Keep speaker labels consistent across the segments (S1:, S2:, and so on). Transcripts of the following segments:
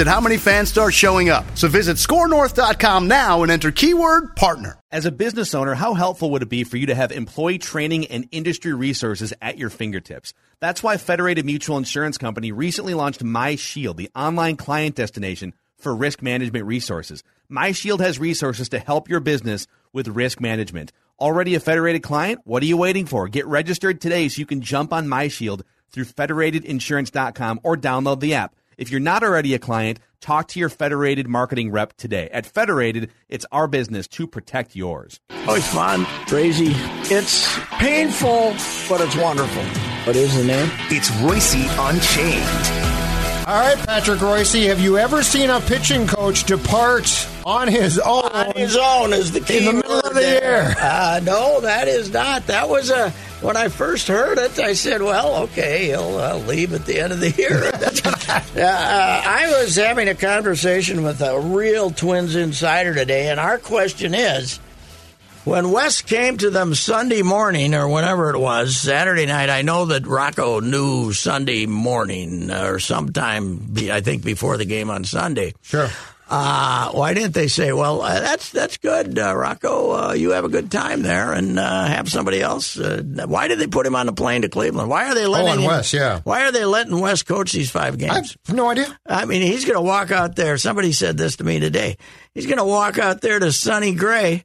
S1: at how many fans start showing up. So visit scorenorth.com now and enter keyword partner.
S2: As a business owner, how helpful would it be for you to have employee training and industry resources at your fingertips? That's why Federated Mutual Insurance Company recently launched MyShield, the online client destination for risk management resources. MyShield has resources to help your business with risk management. Already a Federated client? What are you waiting for? Get registered today so you can jump on MyShield through federatedinsurance.com or download the app. If you're not already a client, talk to your Federated marketing rep today. At Federated, it's our business to protect yours.
S3: Oh, it's fun, crazy. It's painful, but it's wonderful. What is the name?
S4: It's Royce Unchained.
S5: All right, Patrick Royce, have you ever seen a pitching coach depart on his own?
S3: On his own is the key
S5: In the middle
S3: word
S5: of the
S3: there.
S5: year.
S3: Uh, no, that is not. That was a. When I first heard it, I said, "Well, okay, he'll uh, leave at the end of the year." Uh, uh, I was having a conversation with a real Twins insider today, and our question is: When West came to them Sunday morning or whenever it was, Saturday night, I know that Rocco knew Sunday morning uh, or sometime, be, I think, before the game on Sunday.
S5: Sure.
S3: Uh, why didn't they say, well, uh, that's that's good, uh, Rocco. Uh, you have a good time there, and uh, have somebody else. Uh, why did they put him on a plane to Cleveland? Why are they letting
S5: and
S3: him-
S5: Oh, Wes, yeah.
S3: Why are they letting West coach these five
S5: I
S3: games?
S5: have no idea.
S3: I mean, he's going to walk out there. Somebody said this to me today. He's going to walk out there to Sonny Gray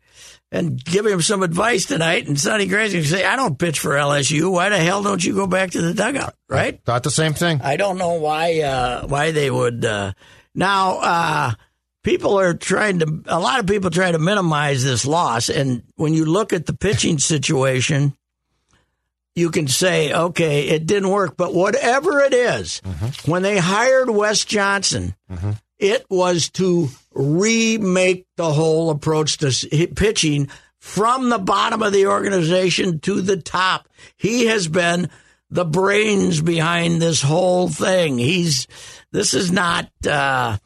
S3: and give him some advice tonight. And Sonny Gray's going to say, I don't pitch for LSU. Why the hell don't you go back to the dugout? Right?
S5: Thought the same thing.
S3: I don't know why uh, why they would. Uh, now uh, people are trying to. A lot of people try to minimize this loss, and when you look at the pitching situation, you can say, okay, it didn't work. But whatever it is, when they hired Wes Johnson, it was to remake the whole approach to s- hit- pitching from the bottom of the organization to the top. He has been the brains behind this whole thing. He's this is not uh,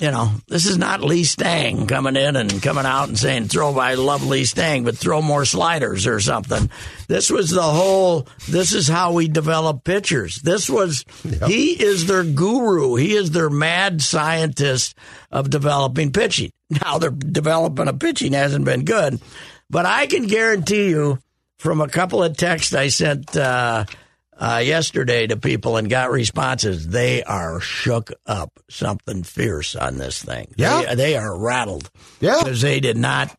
S3: you know this is not Lee Stang coming in and coming out and saying throw I love Lee Stang but throw more sliders or something. This was the whole. This is how we develop pitchers. This was he is their guru. He is their mad scientist of developing pitching. Now their development of pitching hasn't been good, but I can guarantee you from a couple of texts I sent uh, uh, yesterday to people and got responses. They are shook up something fierce on this thing.
S5: Yeah.
S3: They, they are rattled.
S5: Yeah.
S3: Because they did not,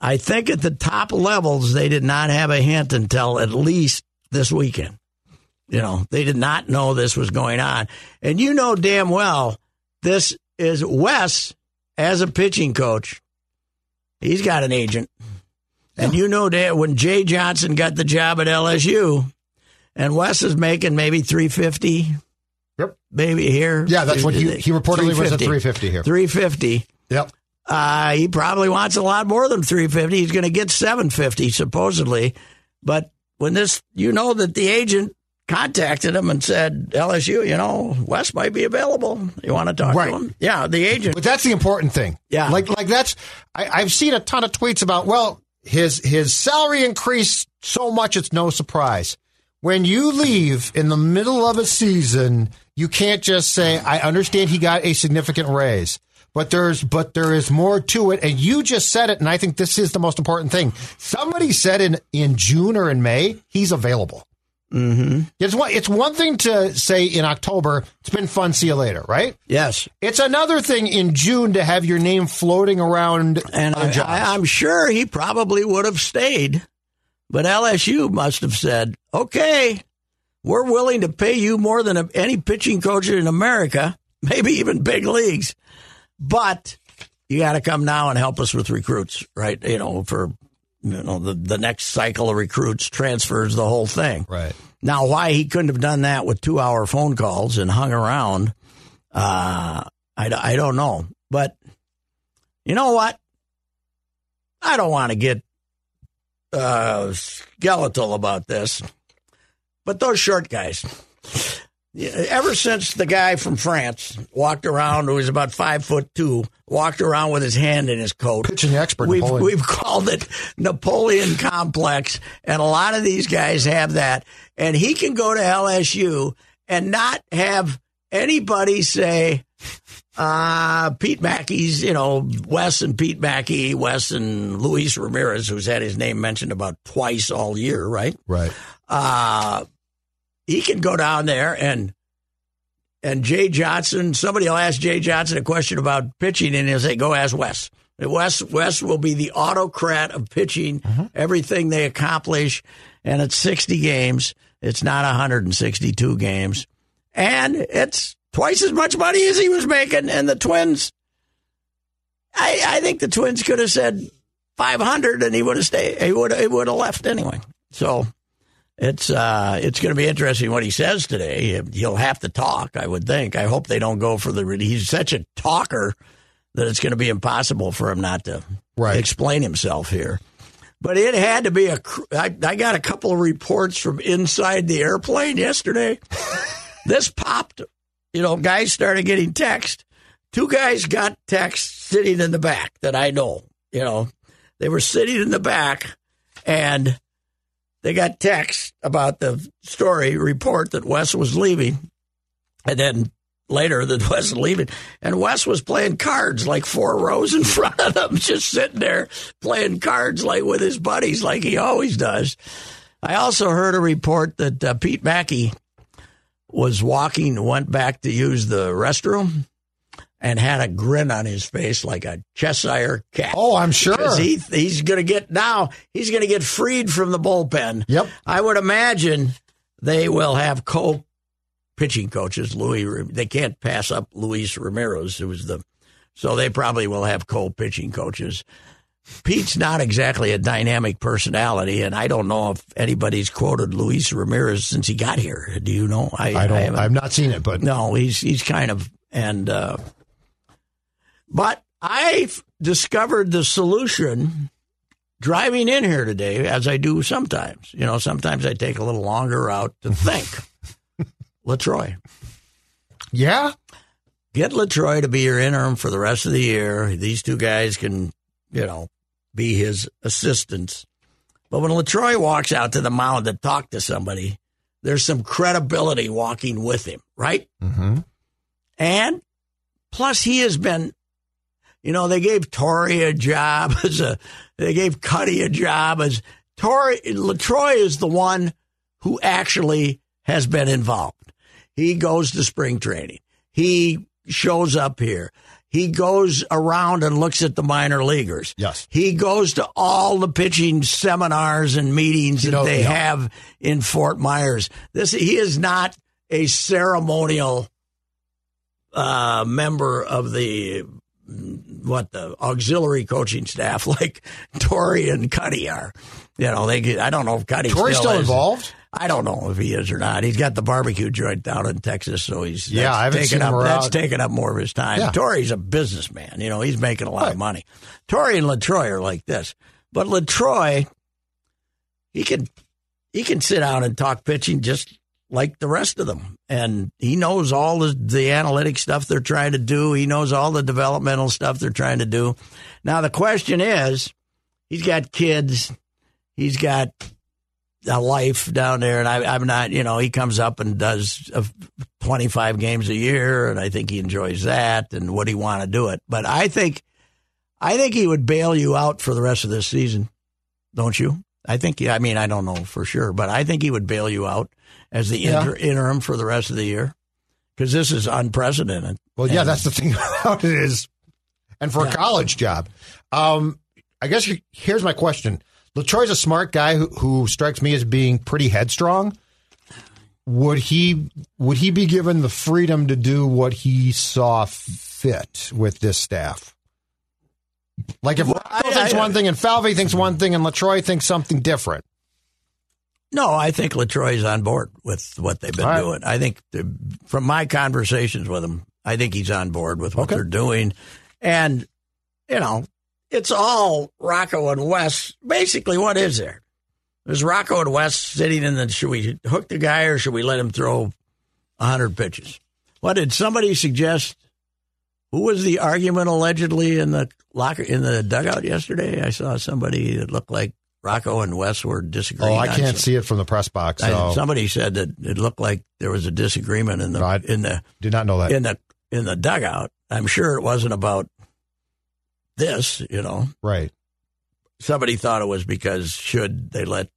S3: I think at the top levels, they did not have a hint until at least this weekend. You know, they did not know this was going on. And you know damn well this is Wes as a pitching coach. He's got an agent. And you know that when Jay Johnson got the job at LSU, and Wes is making maybe three fifty.
S5: Yep.
S3: Maybe here.
S5: Yeah, that's what he- he reportedly was at 350 here.
S3: Three fifty.
S5: Yep.
S3: Uh, he probably wants a lot more than three fifty. He's going to get seven fifty supposedly, but when this, you know that the agent contacted him and said LSU, you know, Wes might be available. You want to talk
S5: Right.
S3: to him? Yeah, the agent.
S5: But that's the important thing.
S3: Yeah.
S5: Like like that's I, I've seen a ton of tweets about well, his his salary increased so much it's no surprise. When you leave in the middle of a season, you can't just say, I understand he got a significant raise. But there's but there is more to it, and you just said it, and I think this is the most important thing. Somebody said in in June or in May, he's available.
S3: Mm-hmm.
S5: It's one, it's one thing to say in October, it's been fun, see you later, right?
S3: Yes.
S5: It's another thing in June to have your name floating around.
S3: And
S5: other
S3: I,
S5: jobs.
S3: I, I'm sure he probably would have stayed, but LSU must have said, okay, we're willing to pay you more than a- any pitching coach in America, maybe even big leagues, but you got to come now and help us with recruits, right? You know, for you know the, the next cycle of recruits, transfers, the whole thing.
S5: right.
S3: Now, why he couldn't have done that with two hour phone calls and hung around, uh, I, d- I don't know. But you know what? I don't want to get uh, skeletal about this, but those short guys. yeah, Ever since the guy from France walked around, who was about five foot two, walked around with his hand in his coat,
S5: Pitching expert.
S3: We've,
S5: Napoleon.
S3: we've called it Napoleon complex, and a lot of these guys have that. And he can go to LSU and not have anybody say, uh, Pete Mackey's, you know, Wes and Pete Mackey, Wes and Luis Ramirez, who's had his name mentioned about twice all year, right?
S5: right.
S3: uh, he can go down there and and Jay Johnson. Somebody will ask Jay Johnson a question about pitching, and he'll say, "Go ask Wes." And Wes Wes will be the autocrat of pitching. Everything they accomplish, and it's sixty games. It's not one hundred and sixty-two games, and it's twice as much money as he was making. And the Twins, I, I think the Twins could have said five hundred, and he would have stayed. He would he would have left anyway. So it's uh, it's going to be interesting what he says today. He'll have to talk, I would think. I hope they don't go for the. He's such a talker that it's going to be impossible for him not to
S5: Right.
S3: explain himself here. But it had to be a. cr- I, I got a couple of reports from inside the airplane yesterday. this popped. You know, guys started getting text. Two guys got text sitting in the back that I know. You know, they were sitting in the back and they got text about the story report that Wes was leaving, and then later that Wes was leaving, and Wes was playing cards like four rows in front of them, just sitting there playing cards like with his buddies, like he always does. I also heard a report that uh, Pete Mackey was walking, went back to use the restroom, and had a grin on his face like a Cheshire cat.
S5: Oh, I'm sure.
S3: Because he, he's going to get now, he's going to get freed from the bullpen.
S5: Yep.
S3: I would imagine they will have co pitching coaches. Louis, they can't pass up Luis Ramirez, who was the, so they probably will have co pitching coaches. Pete's not exactly a dynamic personality, and I don't know if anybody's quoted Luis Ramirez since he got here. Do you know?
S5: I don't.
S3: haven't-
S5: I have not seen it, but
S3: no, he's he's kind of and uh but I've discovered the solution driving in here today as I do sometimes. You know, sometimes I take a little longer route to think. Latroy.
S5: yeah.
S3: Get Latroy to be your interim for the rest of the year. These two guys can, you know, be his assistants. But when Latroy walks out to the mound to talk to somebody, there's some credibility walking with him, right?
S5: Mm-hmm.
S3: And plus, he has been, you know, they gave Torrey a job as a, they gave Cuddy a job as Torrey. Latroy is the one who actually has been involved. He goes to spring training. He shows up here. He goes around and looks at the minor leaguers.
S5: Yes.
S3: He goes to all the pitching seminars and meetings that
S5: know,
S3: they
S5: yeah.
S3: have in Fort Myers. This he is not a ceremonial uh, member of the what the auxiliary coaching staff like Tori and Cuddy are. You know, they get, I don't know if Cuddy
S5: Tori's still
S3: is.
S5: involved.
S3: I don't know if he is or not. He's got the barbecue joint down in Texas, so he's
S5: Yeah,
S3: that's
S5: I haven't
S3: taken
S5: seen
S3: up
S5: him
S3: that's
S5: around.
S3: taken up more of his time.
S5: Yeah.
S3: Tori's a businessman, you know, he's making a lot
S5: Right.
S3: of money. Tori and Latroy are like this. But Latroy he can he can sit down and talk pitching just like the rest of them. And he knows all the, the analytic stuff they're trying to do. He knows all the developmental stuff they're trying to do. Now the question is, he's got kids, he's got a life down there, and I, I'm not. You know, he comes up and does uh, 25 games a year, and I think he enjoys that. And would he want to do it? But I think, I think he would bail you out for the rest of this season, don't you? I think. I mean, I don't know for sure, but I think he would bail you out as the inter- interim for the rest of the year because this is unprecedented.
S5: Well, yeah,
S3: And-
S5: that's the thing about it is, and for a college job, um, I guess you, here's my question: Latroy's a smart guy who, who strikes me as being pretty headstrong. Would he would he be given the freedom to do what he saw fit with this staff? Like if Rocco
S3: I-
S5: thinks
S3: I-
S5: one thing and Falvey thinks one thing and Latroy thinks something different.
S3: No, I think Latroy's on board with what they've been
S5: All right.
S3: doing. I think the, from my conversations with him, I think he's on board with what
S5: Okay.
S3: they're doing, and you know, it's all Rocco and West. Basically, what is there? There's Rocco and West sitting in the. Should we hook the guy or should we let him throw hundred pitches? What did somebody suggest? Who was the argument allegedly in the locker in the dugout yesterday? I saw somebody that looked like Rocco and West were disagreeing.
S5: Oh, I
S3: on
S5: can't
S3: some-
S5: see it from the press box,
S3: I,
S5: so
S3: somebody said that it looked like there was a disagreement in the
S5: Right.
S3: in the
S5: did not know that.
S3: in the in the dugout. I'm sure it wasn't about this. You know,
S5: right.
S3: somebody thought it was because should they let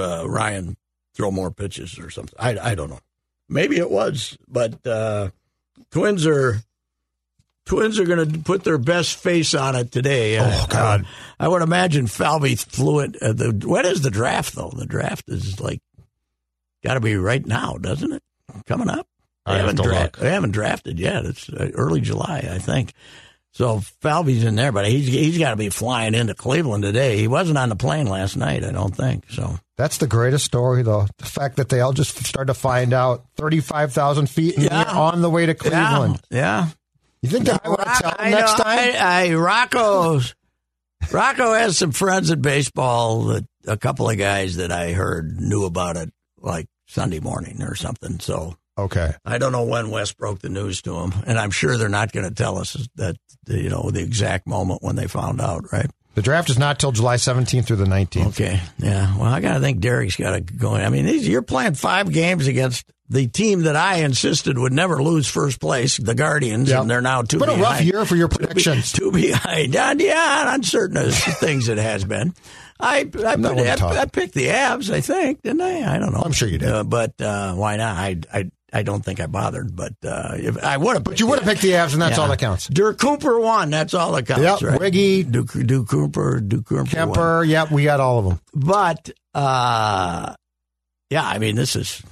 S3: uh, Ryan throw more pitches or something? I I don't know. Maybe it was, but uh, Twins are Twins are going to put their best face on it today.
S5: Oh, God.
S3: Uh, I would imagine Falvey fluent. Uh, the when is the draft though? The draft is like got to be right now, doesn't it? Coming up.
S5: I have to
S3: dra-
S5: look.
S3: they haven't drafted yet. It's uh, early July, I think. So Falvey's in there, but he's he's got to be flying into Cleveland today. He wasn't on the plane last night, I don't think. So
S5: That's the greatest story, though. The fact that they all just started to find out 35,000 feet in the
S3: Yeah.
S5: air on the way to Cleveland.
S3: yeah.
S5: You think that I would tell them next
S3: know,
S5: time?
S3: I, I Rocco's Rocco has some friends in baseball that a couple of guys that I heard knew about it like Sunday morning or something. So
S5: okay.
S3: I don't know when West broke the news to him, and I'm sure they're not going to tell us that you know the exact moment when they found out, right?
S5: The draft is not till July 17th through the 19th.
S3: Okay, yeah. Well, I got to think Derek's got to go. in. I mean, these, you're playing five games against the team that I insisted would never lose first place, the Guardians,
S5: Yeah.
S3: and they're now
S5: It's
S3: two.
S5: been a rough
S3: behind.
S5: year for your predictions.
S3: Too behind. And yeah, and on certain of things it has been. I I,
S5: not
S3: put,
S5: one to
S3: I,
S5: talk.
S3: I picked the abs, I think, didn't I? I don't know.
S5: I'm sure you did.
S3: Uh, but uh, why not? I, I I don't think I bothered, but uh, if, I would have.
S5: But you would have picked the abs, and that's
S3: Yeah.
S5: all that counts.
S3: Dirk Cooper won. That's all that counts.
S5: Yep,
S3: right?
S5: Wiggy.
S3: Duke, Duke Cooper, Duke Cooper, won.
S5: Kemper, yep, we got all of them.
S3: But uh, yeah, I mean, this is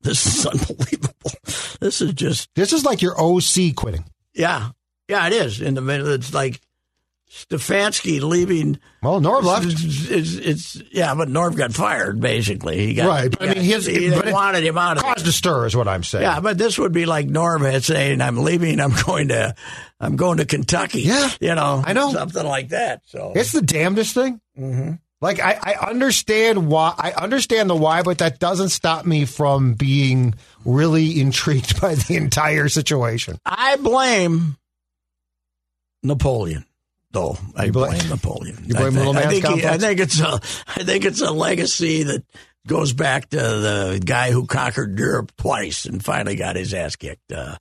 S3: this is unbelievable. This is just
S5: This is like your OC quitting.
S3: Yeah, yeah, it is. In the middle, it's like Stefanski leaving.
S5: Well, Norv left.
S3: It's, it's, it's- yeah, but Norv got fired. Basically, he got
S5: Right,
S3: He,
S5: but I mean, his-
S3: he
S5: but it
S3: wanted him out of
S5: Caused
S3: it.
S5: a stir is what I'm saying.
S3: Yeah, but this would be like Norv had saying, "I'm leaving. I'm going to, I'm going to Kentucky."
S5: Yeah,
S3: you know,
S5: I know.
S3: something like that. So
S5: It's the damnedest thing.
S3: Mhm.
S5: Like I, I understand why I understand the why, but that doesn't stop me from being really intrigued by the entire situation.
S3: I blame Napoleon. Though I
S5: You bla-
S3: blame Napoleon.
S5: You blame
S3: I think,
S5: little man's
S3: I think, he- I
S5: complex?
S3: think it's a I think it's a legacy that goes back to the guy who conquered Europe twice and finally got his ass kicked. Uh,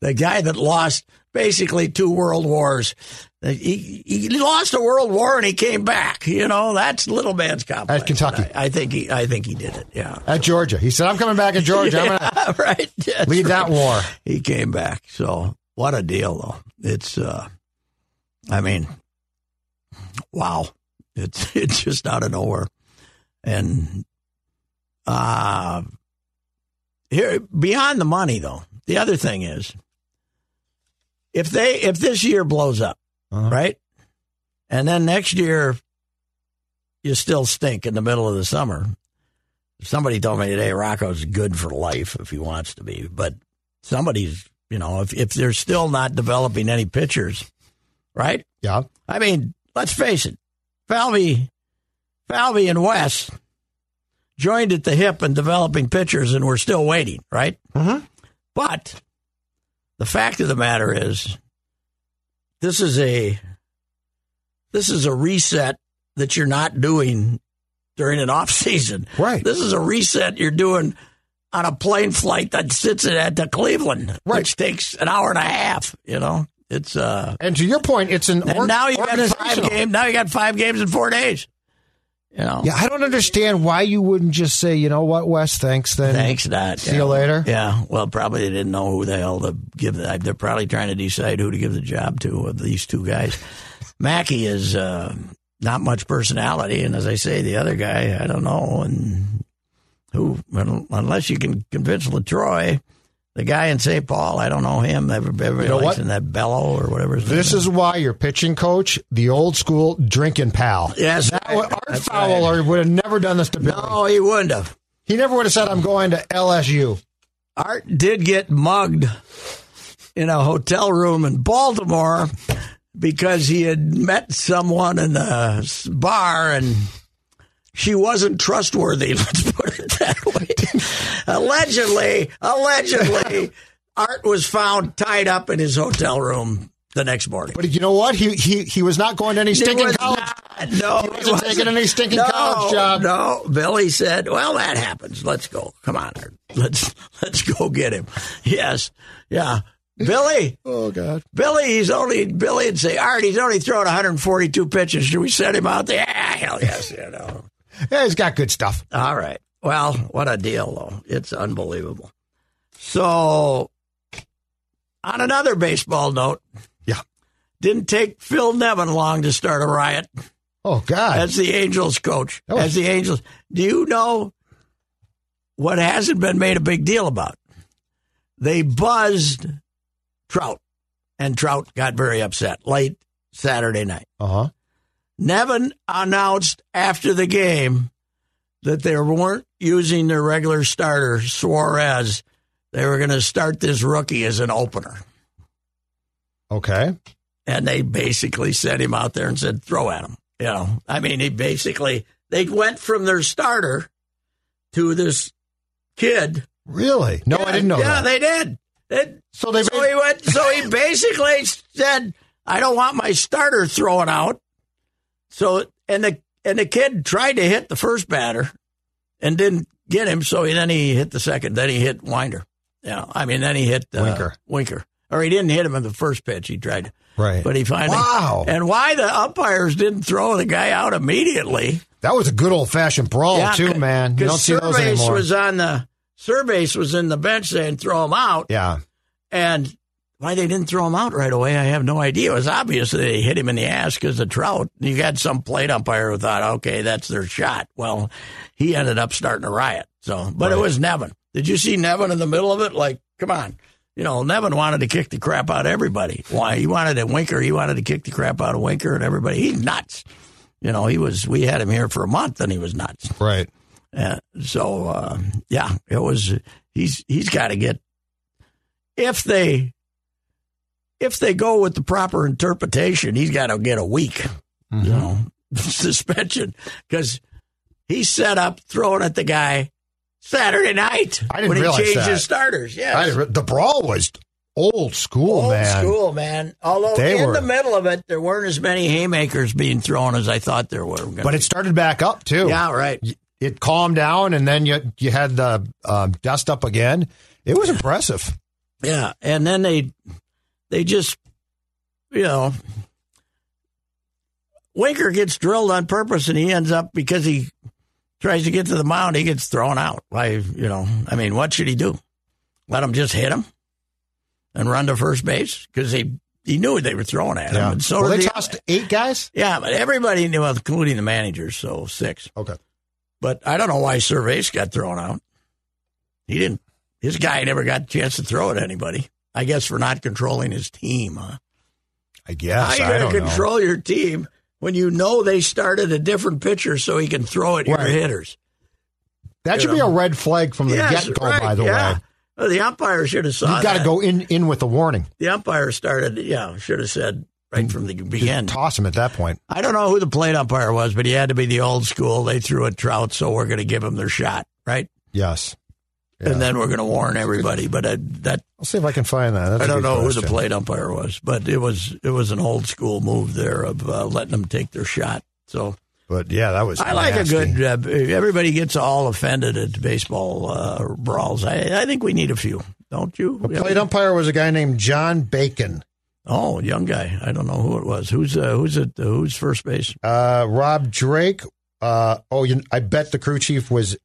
S3: the guy that lost basically two world wars. Uh, He, he lost a world war and he came back. You know that's little man's complex.
S5: At Kentucky.
S3: I, I think he I think he did it. Yeah.
S5: At Georgia, he said, "I'm coming back in Georgia. I'm gonna
S3: Yeah, right. That's
S5: lead that
S3: right
S5: war."
S3: he came back. So what a deal, though. It's, uh, I mean, wow. It's it's just out of nowhere, and uh, here beyond the money though. The other thing is, if they if this year blows up, right, and then next year you still stink in the middle of the summer. Somebody told me today Rocco's good for life if he wants to be, but somebody's you know if, if they're still not developing any pitchers right
S5: Yeah,
S3: i mean let's face it falvey falvey and west joined at the hip in developing pitchers and we're still waiting right
S5: Mhm.
S3: but the fact of the matter is this is a this is a reset that you're not doing during an off season
S5: Right.
S3: this is a reset you're doing on a plane flight that sits at to Cleveland,
S5: Right.
S3: which takes an hour and a half. You know, it's uh.
S5: and to your point, it's an
S3: And
S5: org-
S3: now you got
S5: organizational.
S3: five game. Now you got five games in four days. You know,
S5: Yeah, I don't understand why you wouldn't just say, you know what, Wes, thanks then.
S3: thanks, Dot.
S5: See you later.
S3: Yeah. Well, probably they didn't know who the hell to give. The, they're probably trying to decide who to give the job to of these two guys. Mackey is uh, not much personality, and as I say, the other guy, I don't know, and who unless you can convince Latroy. The guy in St. Paul, I don't know him. Everybody everybody
S5: know
S3: likes
S5: what?
S3: him, that Bellow or whatever. his
S5: This
S3: name
S5: is why your pitching coach, the old school drinking pal.
S3: Yes,
S5: That
S3: right.
S5: would, Art
S3: That's
S5: Fowler would have never done this to Billy.
S3: No, he wouldn't have.
S5: He never would have said, I'm going to LSU.
S3: Art did get mugged in a hotel room in Baltimore because he had met someone in a s- bar and she wasn't trustworthy. Let's put it that way. allegedly, allegedly, Art was found tied up in his hotel room the next morning.
S5: But you know what? He he, he was not going to any
S3: He
S5: stinking
S3: was
S5: college.
S3: not. no,
S5: He wasn't taking any stinking college job.
S3: No, Billy said, "Well, that happens. Let's go. Come on, Art. let's let's go get him." Yes, yeah, Billy,
S5: Oh, God.
S3: Billy. He's only Billy and say, "Art, he's only thrown 142 pitches. Should we send him out there?" Yeah, hell yes, you know.
S5: Yeah, he's got good stuff.
S3: All right. Well, what a deal, though. It's unbelievable. So, on another baseball note,
S5: Yeah.
S3: didn't take Phil Nevin long to start a riot.
S5: Oh, God.
S3: That's the Angels coach.
S5: Oh.
S3: That's the Angels. Do you know what hasn't been made a big deal about? They buzzed Trout, and Trout got very upset late Saturday night.
S5: Uh huh.
S3: Nevin announced after the game that they weren't using their regular starter, Suarez. They were going to start this rookie as an opener.
S5: Okay.
S3: and they basically sent him out there and said, "Throw at him." You know, I mean, he basically they went from their starter to this kid.
S5: Really? No, Oh, I didn't know
S3: Yeah,
S5: that.
S3: they did. They-
S5: so they
S3: so he went. So he basically said, "I don't want my starter thrown out." So and the and the kid tried to hit the first batter and didn't get him. So then he hit the second. Then he hit Winder. Yeah, I mean, then he hit uh,
S5: Winker.
S3: Winker, or he didn't hit him in the first pitch. He tried. to.
S5: Right.
S3: But he finally.
S5: Wow.
S3: And why the umpires didn't throw the guy out immediately?
S5: that was a good old fashioned brawl, too, man. You don't
S3: Because
S5: see those
S3: Cervase
S5: anymore.
S3: was on the Cervase was in the bench saying throw him out,
S5: yeah.
S3: and why they didn't throw him out right away, I have no idea. It was obvious they hit him in the ass because the trout. You got some plate umpire who thought, okay, that's their shot. Well, he ended up starting a riot. So, but it was Nevin. Did you see Nevin in the middle of it? Like, come on. You know, Nevin wanted to kick the crap out of everybody. Why? He wanted a Winker. He wanted to kick the crap out of Winker and everybody. He's nuts. You know, he was, we had him here for a month and he was nuts.
S5: Right.
S3: Uh, so uh, yeah, it was. He's he's got to get if they if they go with the proper interpretation, he's got to get a week,
S5: Mm-hmm.
S3: you know, suspension because he set up throwing at the guy Saturday night
S5: I didn't
S3: when he
S5: realize
S3: changed
S5: that.
S3: his starters. Yes,
S5: I didn't- the brawl was old school,
S3: Old
S5: man.
S3: school, man. Although
S5: They
S3: in
S5: were-
S3: the middle of it, there weren't as many haymakers being thrown as I thought there were. gonna
S5: But it started back up,
S3: be.
S5: too.
S3: yeah, right.
S5: It calmed down, and then you, you had the um, dust up again. It was impressive.
S3: Yeah, and then they they just you know Winker gets drilled on purpose and he ends up because he tries to get to the mound, he gets thrown out. Why you know, I mean, what should he do? Let him just hit him and run to first base because he he knew they were throwing at him.
S5: Yeah.
S3: And so
S5: well, they
S3: did the-
S5: tossed eight guys?
S3: yeah, but everybody knew, including the managers, so six.
S5: Okay.
S3: But I don't know why Cervase got thrown out. He didn't. His guy never got a chance to throw at anybody. I guess for not controlling his team. Huh?
S5: I
S3: How
S5: guess.
S3: you
S5: I
S3: going
S5: don't
S3: to
S5: know.
S3: control your team when you know they started a different pitcher so he can throw at
S5: Right.
S3: your hitters?
S5: That should be a red flag from the
S3: Yes,
S5: get go,
S3: right,
S5: by the
S3: yeah. Uh,
S5: way.
S3: Well, the umpire should have saw
S5: You've got to
S3: that.
S5: go in, in with a warning.
S3: The umpire started. Yeah, should have said right from the beginning.
S5: Toss him at that point.
S3: I don't know who the plate umpire was, but he had to be the old school. They threw a trout, so we're going to give him their shot, right?
S5: Yes. Yeah.
S3: And then we're going to warn everybody. But I, that
S5: I'll see if I can find that. That's
S3: I
S5: a
S3: don't
S5: good
S3: know who the
S5: question.
S3: plate umpire was, but it was it was an old school move there of uh, letting them take their shot. So
S5: But yeah, that was.
S3: I like
S5: nasty.
S3: a good. Uh, everybody gets all offended at baseball uh, brawls. I, I think we need a few, don't you?
S5: The plate umpire was a guy named John Bacon.
S3: Oh, young guy. I don't know who it was. Who's uh, who's at who's first base?
S5: Uh, Rob Drake Uh, oh, you, I bet the crew chief was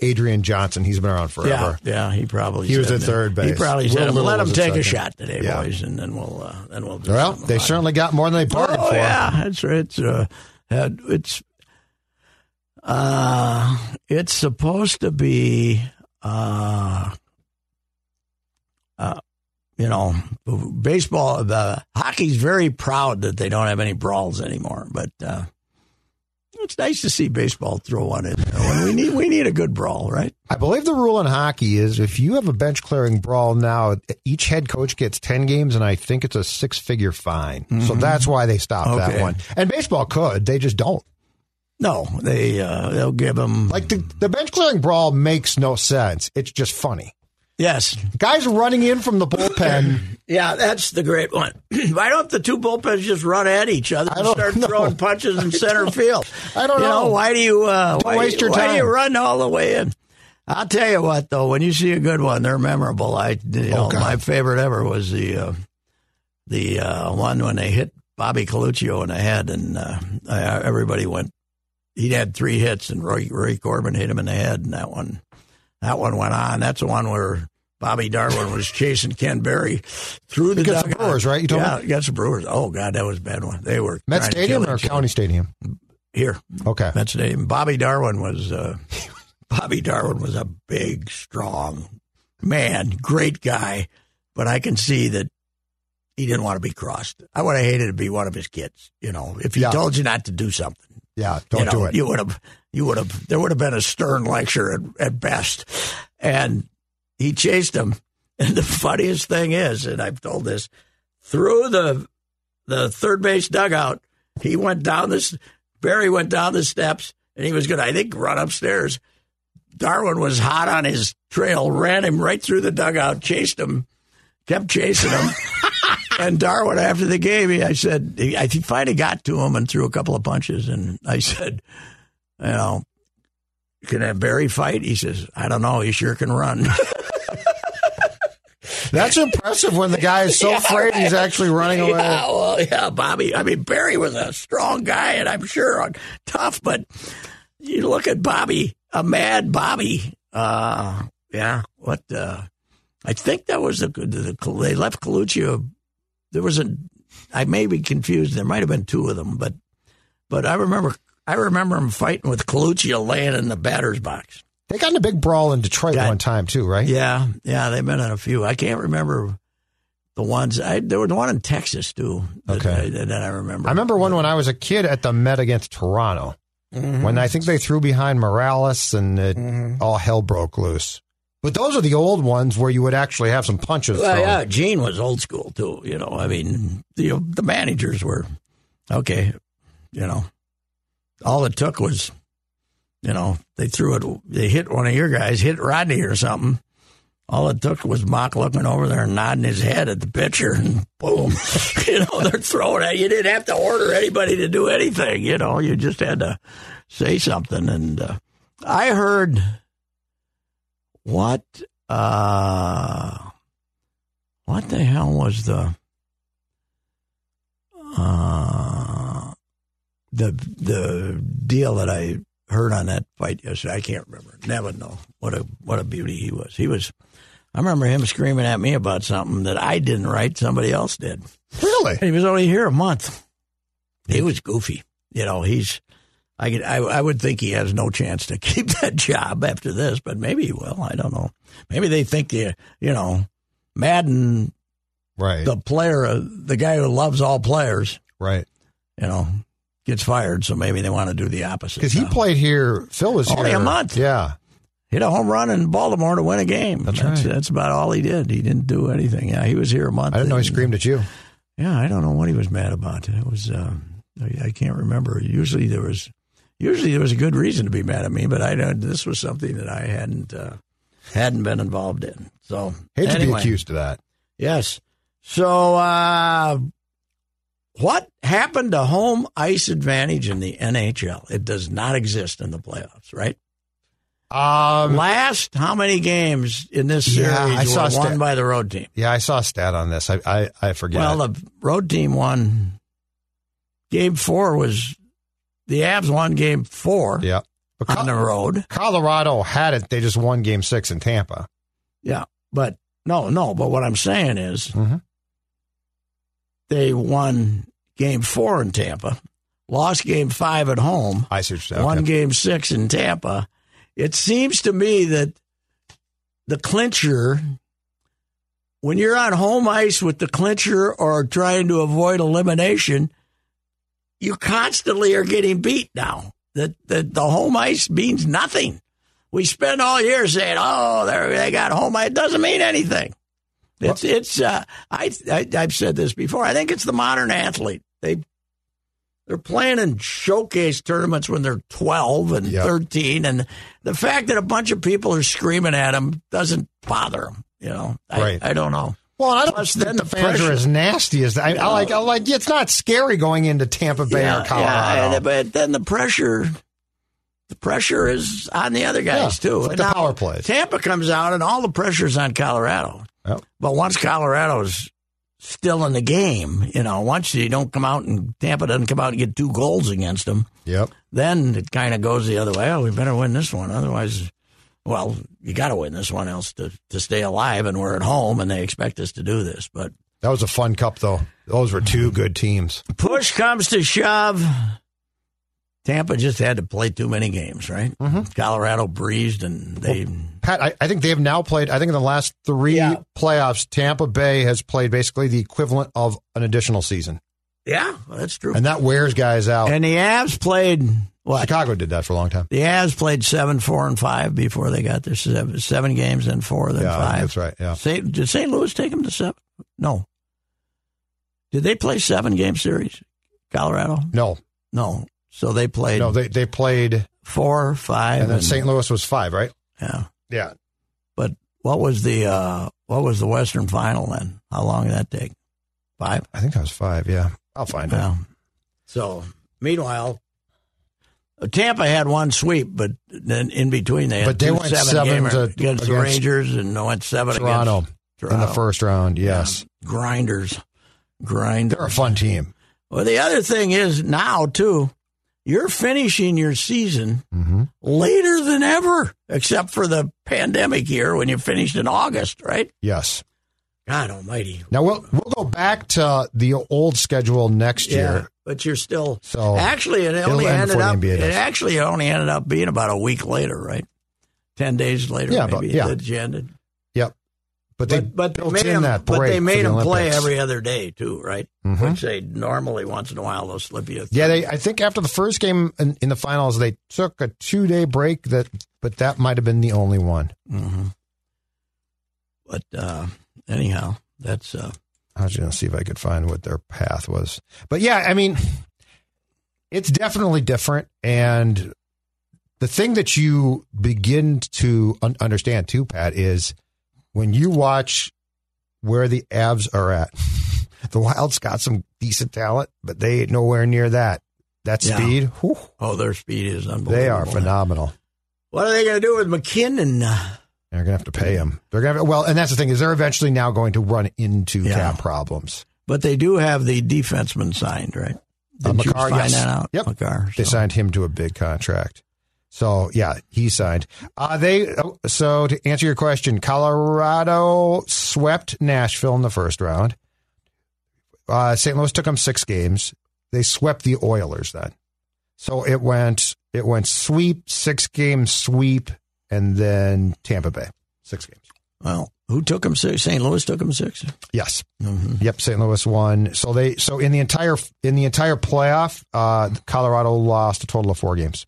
S5: Adrian Johnson. He's been around forever.
S3: Yeah, yeah, he probably
S5: He was
S3: said
S5: at
S3: that.
S5: third
S3: He
S5: base.
S3: probably
S5: Will
S3: said,
S5: Little
S3: "Let him
S5: was at
S3: take a
S5: second.
S3: shot today,
S5: Yeah.
S3: boys, and then we'll uh, then we'll do
S5: Well,
S3: something
S5: they
S3: about it."
S5: certainly got more than they bargained
S3: Oh
S5: for.
S3: yeah, it's it's uh, uh, it's uh, it's supposed to be uh, uh, you know, baseball. The hockey's very proud that they don't have any brawls anymore, but. Uh, it's nice to see baseball throw one in there when we need we need a good brawl, right?
S5: I believe the rule in hockey is if you have a bench clearing brawl now, each head coach gets 10 games, and I think it's a six figure fine. So that's why they stopped
S3: Mm-hmm. Okay.
S5: that one. And baseball could, they just don't.
S3: No, they uh, they'll give them
S5: Like the, the bench clearing brawl makes no sense. It's just funny.
S3: yes,
S5: Guys running in from the bullpen.
S3: Yeah, that's the great one. Why don't the two bullpens just run at each other and
S5: don't
S3: start
S5: know.
S3: throwing punches in center field?
S5: I don't
S3: you know.
S5: know.
S3: Why do you uh, why,
S5: Oh. waste your
S3: Why do you
S5: time.
S3: run all the way in? I'll tell you what, though, when you see a good one, they're memorable. I, you know,
S5: Oh, God.
S3: my favorite ever was the uh, the uh, one when they hit Bobby Coluccio in the head, and uh, I- everybody went. He'd had three hits, and Roy, Roy Corbin hit him in the head, and that one, that one went on. That's the one where Bobby Darwin was chasing Ken Berry through the
S5: Against the
S3: dugout.
S5: Brewers, right? You told
S3: yeah,
S5: me?
S3: against the Brewers. Oh God, that was a bad one. They were
S5: Met
S3: trying to
S5: Stadium
S3: kill
S5: or
S3: each other.
S5: County Stadium?
S3: here.
S5: Okay.
S3: Met Stadium. Bobby Darwin was uh, Bobby Darwin was a big, strong man, great guy, but I can see that he didn't want to be crossed. I would have hated to be one of his kids. You know, if he
S5: Yeah.
S3: told you not to do something.
S5: Yeah, don't
S3: you know,
S5: do it.
S3: You would have, you would have, there would have been a stern lecture at, at best. And he chased him. And the funniest thing is, and I've told this, through the the third base dugout, he went down this. Barry went down the steps, and he was going to, I think, run upstairs. Darwin was hot on his trail, ran him right through the dugout, chased him, kept chasing him. and Darwin, after the game, he, I said, he, I- he finally got to him and threw a couple of punches. And I said, you know, can that Barry fight? He says, I don't know. He sure can run.
S5: That's impressive when the guy is so afraid he's actually running away.
S3: Yeah, well, yeah, Bobby. I mean, Barry was a strong guy, and I'm sure uh, tough. But you look at Bobby, a mad Bobby. Uh, yeah. What? Uh, I think that was the, the, the they left Coluccio. There was a. I may be confused. There might have been two of them, but but I remember I remember him fighting with Coluccio laying in the batter's box.
S5: They got in a big brawl in Detroit
S3: God.
S5: one time too, right?
S3: Yeah, yeah, they've been on a few. I can't remember the ones. I there was one in Texas too. That,
S5: Okay.
S3: I, that I remember.
S5: I remember one when I was a kid at the Met against Toronto.
S3: Mm-hmm.
S5: When I think they threw behind Morales and it, all hell broke loose. But those are the old ones where you would actually have some punches.
S3: Well,
S5: thrown.
S3: yeah, Gene was old school too. You know, I mean, the the managers were okay. You know, all it took was, you know, they threw it. They hit one of your guys, hit Rodney or something. All it took was Mock looking over there and nodding his head at the pitcher, and boom, you know, they're throwing at you. Didn't have to order anybody to do anything. You know, you just had to say something. And uh, I heard what. Uh, what the hell was the uh, the the deal that I heard on that fight yesterday? I can't remember. Never know what a what a beauty he was. He was. I remember him screaming at me about something that I didn't write. Somebody else did.
S5: Really?
S3: And he was only here a month. He was goofy. You know, he's. I, could, I I would think he has no chance to keep that job after this, but maybe he will. I don't know. Maybe they think you you know, Madden
S5: Right.
S3: the player, uh, the guy who loves all players,
S5: right.
S3: you know, gets fired. So maybe they want to do the opposite.
S5: Because he
S3: now.
S5: played here. Phil was
S3: Only
S5: here.
S3: a month.
S5: Yeah.
S3: hit a home run in Baltimore to win a game.
S5: That's right.
S3: that's about all he did. He didn't do anything. Yeah, he was here a month.
S5: I didn't know he
S3: and-
S5: screamed at you.
S3: Yeah, I don't know what he was mad about. It was uh, I, I can't remember. Usually there was usually there was a good reason to be mad at me, but I don't. This was something that I hadn't uh, hadn't been involved in. So
S5: Hate to be
S3: anyway.
S5: accused of that.
S3: Yes. So, uh, what happened to home ice advantage in the NHL? It does not exist in the playoffs, right?
S5: Um,
S3: Last how many games in this series
S5: Yeah, I saw
S3: were
S5: sta-
S3: won by the road team?
S5: yeah, I saw a stat on this. I I, I forget.
S3: Well, the road team won. Game four was the Avs won game four
S5: Yeah. But
S3: on the
S5: Col-
S3: road.
S5: Colorado had it. They just won game six in Tampa.
S3: Yeah. But no, no. But what I'm saying is
S5: Mhm.
S3: they won game four in Tampa, lost game five at home,
S5: I see what you're saying.
S3: won
S5: Okay.
S3: game six in Tampa. It seems to me that the clincher, when you're on home ice with the clincher or trying to avoid elimination, you constantly are getting beat now. The, the, the home ice means nothing. We spend all year saying, "Oh, they they got home ice." It doesn't mean anything. It's it's. Uh, I, I I've said this before. I think it's the modern athlete. They they're playing in showcase tournaments when they're twelve and
S5: Yeah.
S3: thirteen, and the fact that a bunch of people are screaming at them doesn't bother them. You know, I,
S5: Right.
S3: I don't know.
S5: Well, and I don't
S3: Plus,
S5: think
S3: then
S5: the
S3: the
S5: fans
S3: pressure-
S5: are as nasty as I, I like. I like. It's not scary going into Tampa Bay or Colorado.
S3: and- but then the pressure, the pressure is on the other guys
S5: Yeah,
S3: too.
S5: it's
S3: And
S5: like the
S3: now
S5: power plays.
S3: Tampa comes out, and all the pressure's on Colorado.
S5: Yep.
S3: But once Colorado's still in the game, you know, once you don't come out and Tampa doesn't come out and get two goals against them,
S5: Yep.
S3: then it kind of goes the other way. Oh, we better win this one, otherwise. Well, you got to win this one else to, to stay alive, and we're at home, and they expect us to do this. But
S5: That was a fun cup, though. Those were two good teams.
S3: push comes to shove. Tampa just had to play too many games, right?
S5: Mm-hmm.
S3: Colorado breezed and
S5: Oh.
S3: they.
S5: Pat, I, I think they have now played. I think in the last three
S3: Yeah.
S5: playoffs, Tampa Bay has played basically the equivalent of an additional season,
S3: Yeah, well, that's true.
S5: and that wears guys out.
S3: And the Avs played what?
S5: Chicago did that for a long time.
S3: The Avs played seven, four, and five before they got their seven, seven games, then four, then
S5: yeah,
S3: five.
S5: that's right. Yeah,
S3: St. Did St. Louis take them to seven? No. Did they play seven game series? Colorado?
S5: no,
S3: No. So they played
S5: no, they they played,
S3: four, five,
S5: and then St. Louis was five, right?
S3: Yeah.
S5: Yeah,
S3: But what was the uh, what was the Western Final then? How long did that take? Five.
S5: I think that was five. Yeah, I'll find out.
S3: Yeah. So meanwhile, Uh, Tampa had one sweep, but then in between they had
S5: But they
S3: two
S5: went
S3: seven,
S5: seven
S3: gamer
S5: to-
S3: against, the
S5: against
S3: Rangers and they went seven
S5: Toronto,
S3: against
S5: in
S3: Toronto
S5: the first round. Yes,
S3: grinders, grinders.
S5: they're a fun team.
S3: Well, the other thing is now too, you're finishing your season
S5: Mhm.
S3: later than ever, except for the pandemic year when you finished in August, right?
S5: Yes.
S3: God Almighty,
S5: Now we'll we'll go back to the old schedule next year.
S3: but you're still.
S5: So
S3: actually, it
S5: it'll
S3: only
S5: end
S3: ended
S5: before the
S3: up.
S5: NBA
S3: It
S5: does.
S3: actually only ended up being about a week later, right? Ten days later,
S5: Yeah,
S3: maybe
S5: but- yeah.
S3: that she ended.
S5: Yep. But they
S3: but, but they
S5: built
S3: made
S5: in
S3: him,
S5: that break.
S3: but they made
S5: for
S3: him
S5: the
S3: play
S5: Olympics.
S3: every other day too, right?
S5: Mhm.
S3: Which they normally once in a while they'll slip you. a
S5: Yeah, they. I think after the first game in, in the finals, they took a two day break. That, but that might have been the only one.
S3: hmm But uh, anyhow, that's uh,
S5: I was going to see if I could find what their path was. But yeah, I mean, it's definitely different. And the thing that you begin to un- understand too, Pat, is when you watch where the Avs are at. The Wild's got some decent talent, but they ain't nowhere near that. That
S3: Yeah.
S5: speed, whew,
S3: oh, their speed is unbelievable.
S5: they are phenomenal.
S3: What are they going to do with McKinnon?
S5: They're gonna have to pay him. They're gonna have, well, and that's the thing is they're eventually now going to run into
S3: Yeah.
S5: cap problems.
S3: But they do have the defenseman signed, right? Did you
S5: Uh, Makar,
S3: find
S5: yes.
S3: that out?
S5: Yep.
S3: Makar,
S5: They
S3: so.
S5: signed him to a big contract. So yeah, he signed. Uh, they oh, so to answer your question, Colorado swept Nashville in the first round. Uh, St. Louis took them six games. They swept the Oilers then. So it went it went sweep six game sweep and then Tampa Bay six games.
S3: Well, who took him six? St. Louis took him 6
S5: Yes.
S3: Mm-hmm.
S5: Yep, St. Louis won. So they so in the entire in the entire playoff, uh, Colorado lost a total of four games.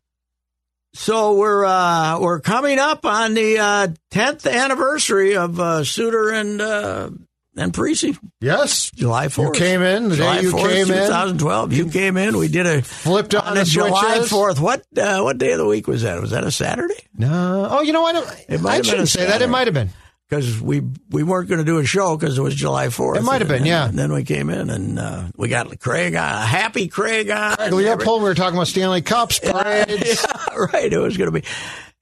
S3: So we're uh, we're coming up on the uh, tenth anniversary of uh, Suter and uh, and Parisi,
S5: Yes,
S3: July
S5: you
S3: fourth.
S5: came in the
S3: July
S5: day you
S3: 4th,
S5: came in,
S3: 2012. You came in. We did a
S5: flipped on,
S3: on
S5: the
S3: a
S5: switches.
S3: July fourth. What uh, what day of the week was that? Was that a Saturday?
S5: No, oh, you know what?
S3: It might
S5: I
S3: have been a
S5: shouldn't say that. It
S3: Saturday.
S5: might have been.
S3: Because we we weren't going to do a show because it was July fourth.
S5: It might have been,
S3: And-
S5: yeah.
S3: And then we came in and uh, we got Craig on, happy Craig on.
S5: Leopold, we were talking about Stanley Cups parades.
S3: Yeah, right. It was going to be.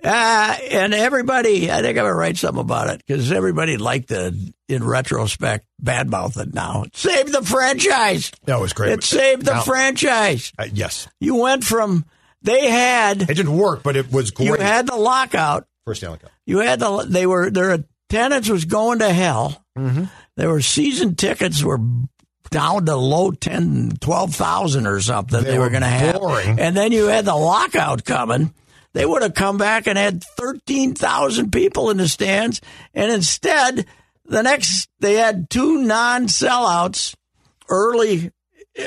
S3: Uh, and everybody, I think I'm going to write something about it because everybody liked the, in retrospect, badmouth it now. It saved the franchise.
S5: That was great.
S3: It saved the
S5: Now-
S3: franchise.
S5: Uh, yes,
S3: You went from, they had,
S5: it didn't work, but it was great.
S3: you had the lockout.
S5: First Stanley Cup.
S3: You had the, they were, their attendance was going to hell.
S5: Mhm.
S3: There were season tickets were down to low 10, 12,000 or something they,
S5: They
S3: were
S5: were
S3: going to have.
S5: boring.
S3: And then you had the lockout coming. They would have come back and had 13,000 people in the stands. And instead, the next, they had two non sellouts early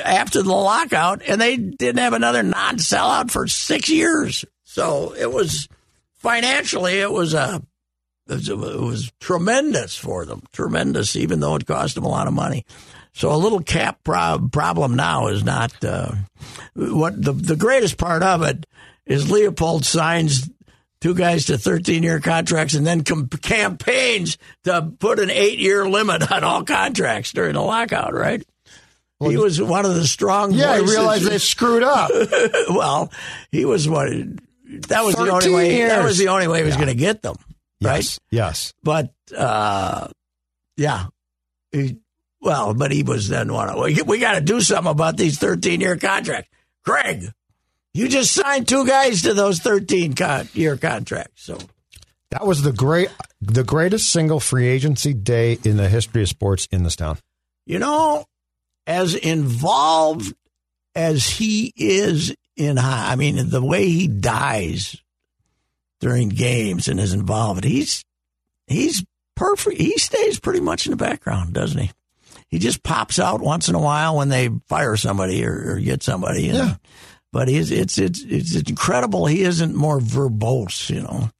S3: after the lockout, and they didn't have another non sellout for six years. So it was financially, it was a it was- it was tremendous for them, tremendous, even though it cost them a lot of money. So a little cap prob- problem now is not uh, what the the greatest part of it is. Leopold signs two guys to thirteen year contracts and then com- campaigns to put an eight year limit on all contracts during the lockout. Right? he was one of the strong.
S5: Yeah, I
S3: voices.
S5: realized they screwed up.
S3: well, he was one. That was the only
S5: 13
S3: way. That
S5: years.
S3: was the only way he was going to get them. Right?
S5: Yes, yes.
S3: but uh, yeah, he, well, but he was then one. Of, we we got to do something about these thirteen-year contracts, Greg. You just signed two guys to those thirteen-year contracts, so
S5: That was the great, the greatest single free agency day in the history of sports in this town.
S3: you know, as involved as he is in, hi- I mean, the way he dies during games and is involved, he's he's perfect. He stays pretty much in the background, doesn't he? He just pops out once in a while when they fire somebody or, or get somebody. You Know? But he's, it's it's it's incredible. He isn't more verbose, you know.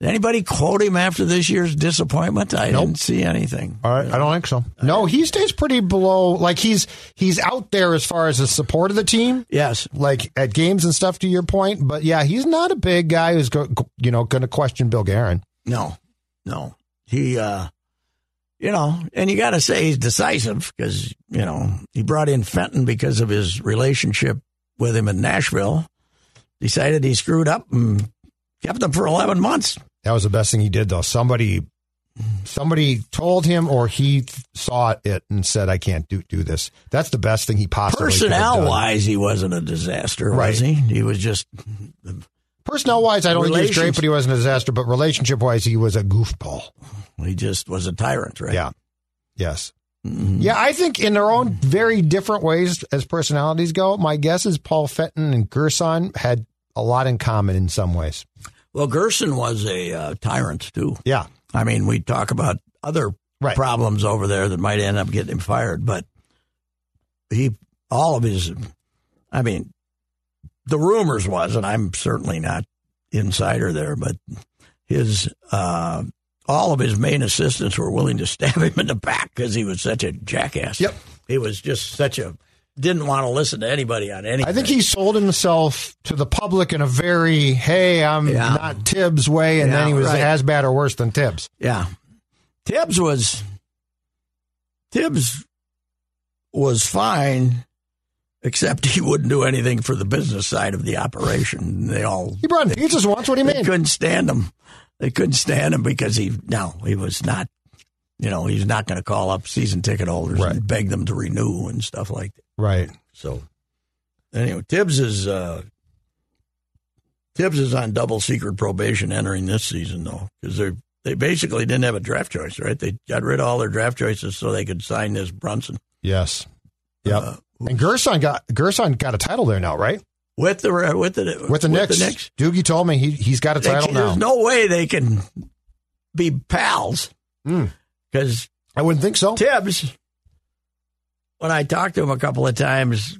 S3: Did anybody quote him after this year's disappointment? I didn't see anything.
S5: All right, I don't think so. No, he stays pretty below. Like he's he's out there as far as the support of the team,
S3: Yes,
S5: like at games and stuff. To your point, but yeah, he's not a big guy who's go, go- you know going to question Bill Guerin.
S3: No, no. He, uh, you know, and you got to say he's decisive because, you know, he brought in Fenton because of his relationship with him in Nashville, decided he screwed up and kept him for 11 months.
S5: That was the best thing he did, though. Somebody somebody told him, or he th- saw it and said, "I can't do do this." That's the best thing he possibly
S3: Personnel wise, he wasn't a disaster, was
S5: Right.
S3: he? He was just,
S5: Personnel wise, I don't think he was
S3: Relations-
S5: great, but he wasn't a disaster. But relationship wise, he was a goofball.
S3: he just was a tyrant, right? Mm-hmm.
S5: Yeah. Yes. Yeah, I think in their own very different ways as personalities go, my guess is Paul Fenton and Gerson had a lot in common in some ways.
S3: Well, Gerson was a uh, tyrant too.
S5: Yeah.
S3: I mean, we talk about other
S5: Right.
S3: problems over there that might end up getting him fired, but he, all of his, I mean, the rumors was, and I'm certainly not insider there, but his, uh, all of his main assistants were willing to stab him in the back because he was such a jackass.
S5: Yep.
S3: He was just such a, didn't want to listen to anybody on anything.
S5: I think he sold himself to the public in a very, hey, I'm
S3: Yeah.
S5: not Tibbs way. And
S3: Yeah,
S5: then he was
S3: right.
S5: as bad or worse than Tibbs.
S3: Yeah. Tibbs was Tibbs was fine, except he wouldn't do anything for the business side of the operation. They all
S5: He brought in pizzas once. What do you
S3: they
S5: mean?
S3: couldn't stand him. They couldn't stand him because he no, he was not you know, he's not gonna call up season ticket holders
S5: Right.
S3: and beg them to renew and stuff like that.
S5: Right.
S3: So anyway, Tibbs is uh Tibbs is on double secret probation entering this season though, because they they basically didn't have a draft choice, right? They got rid of all their draft choices so they could sign this Brunson
S5: Yes. Yep.
S3: Uh,
S5: and Gerson got Gerson got a title there now, right?
S3: with the uh, with the
S5: With the Knicks. Doogie told me he he's got a
S3: They
S5: title
S3: can't-
S5: now.
S3: There's no way they can be pals
S5: Mm.
S3: because
S5: I wouldn't think so.
S3: Tibbs, when I talked to him a couple of times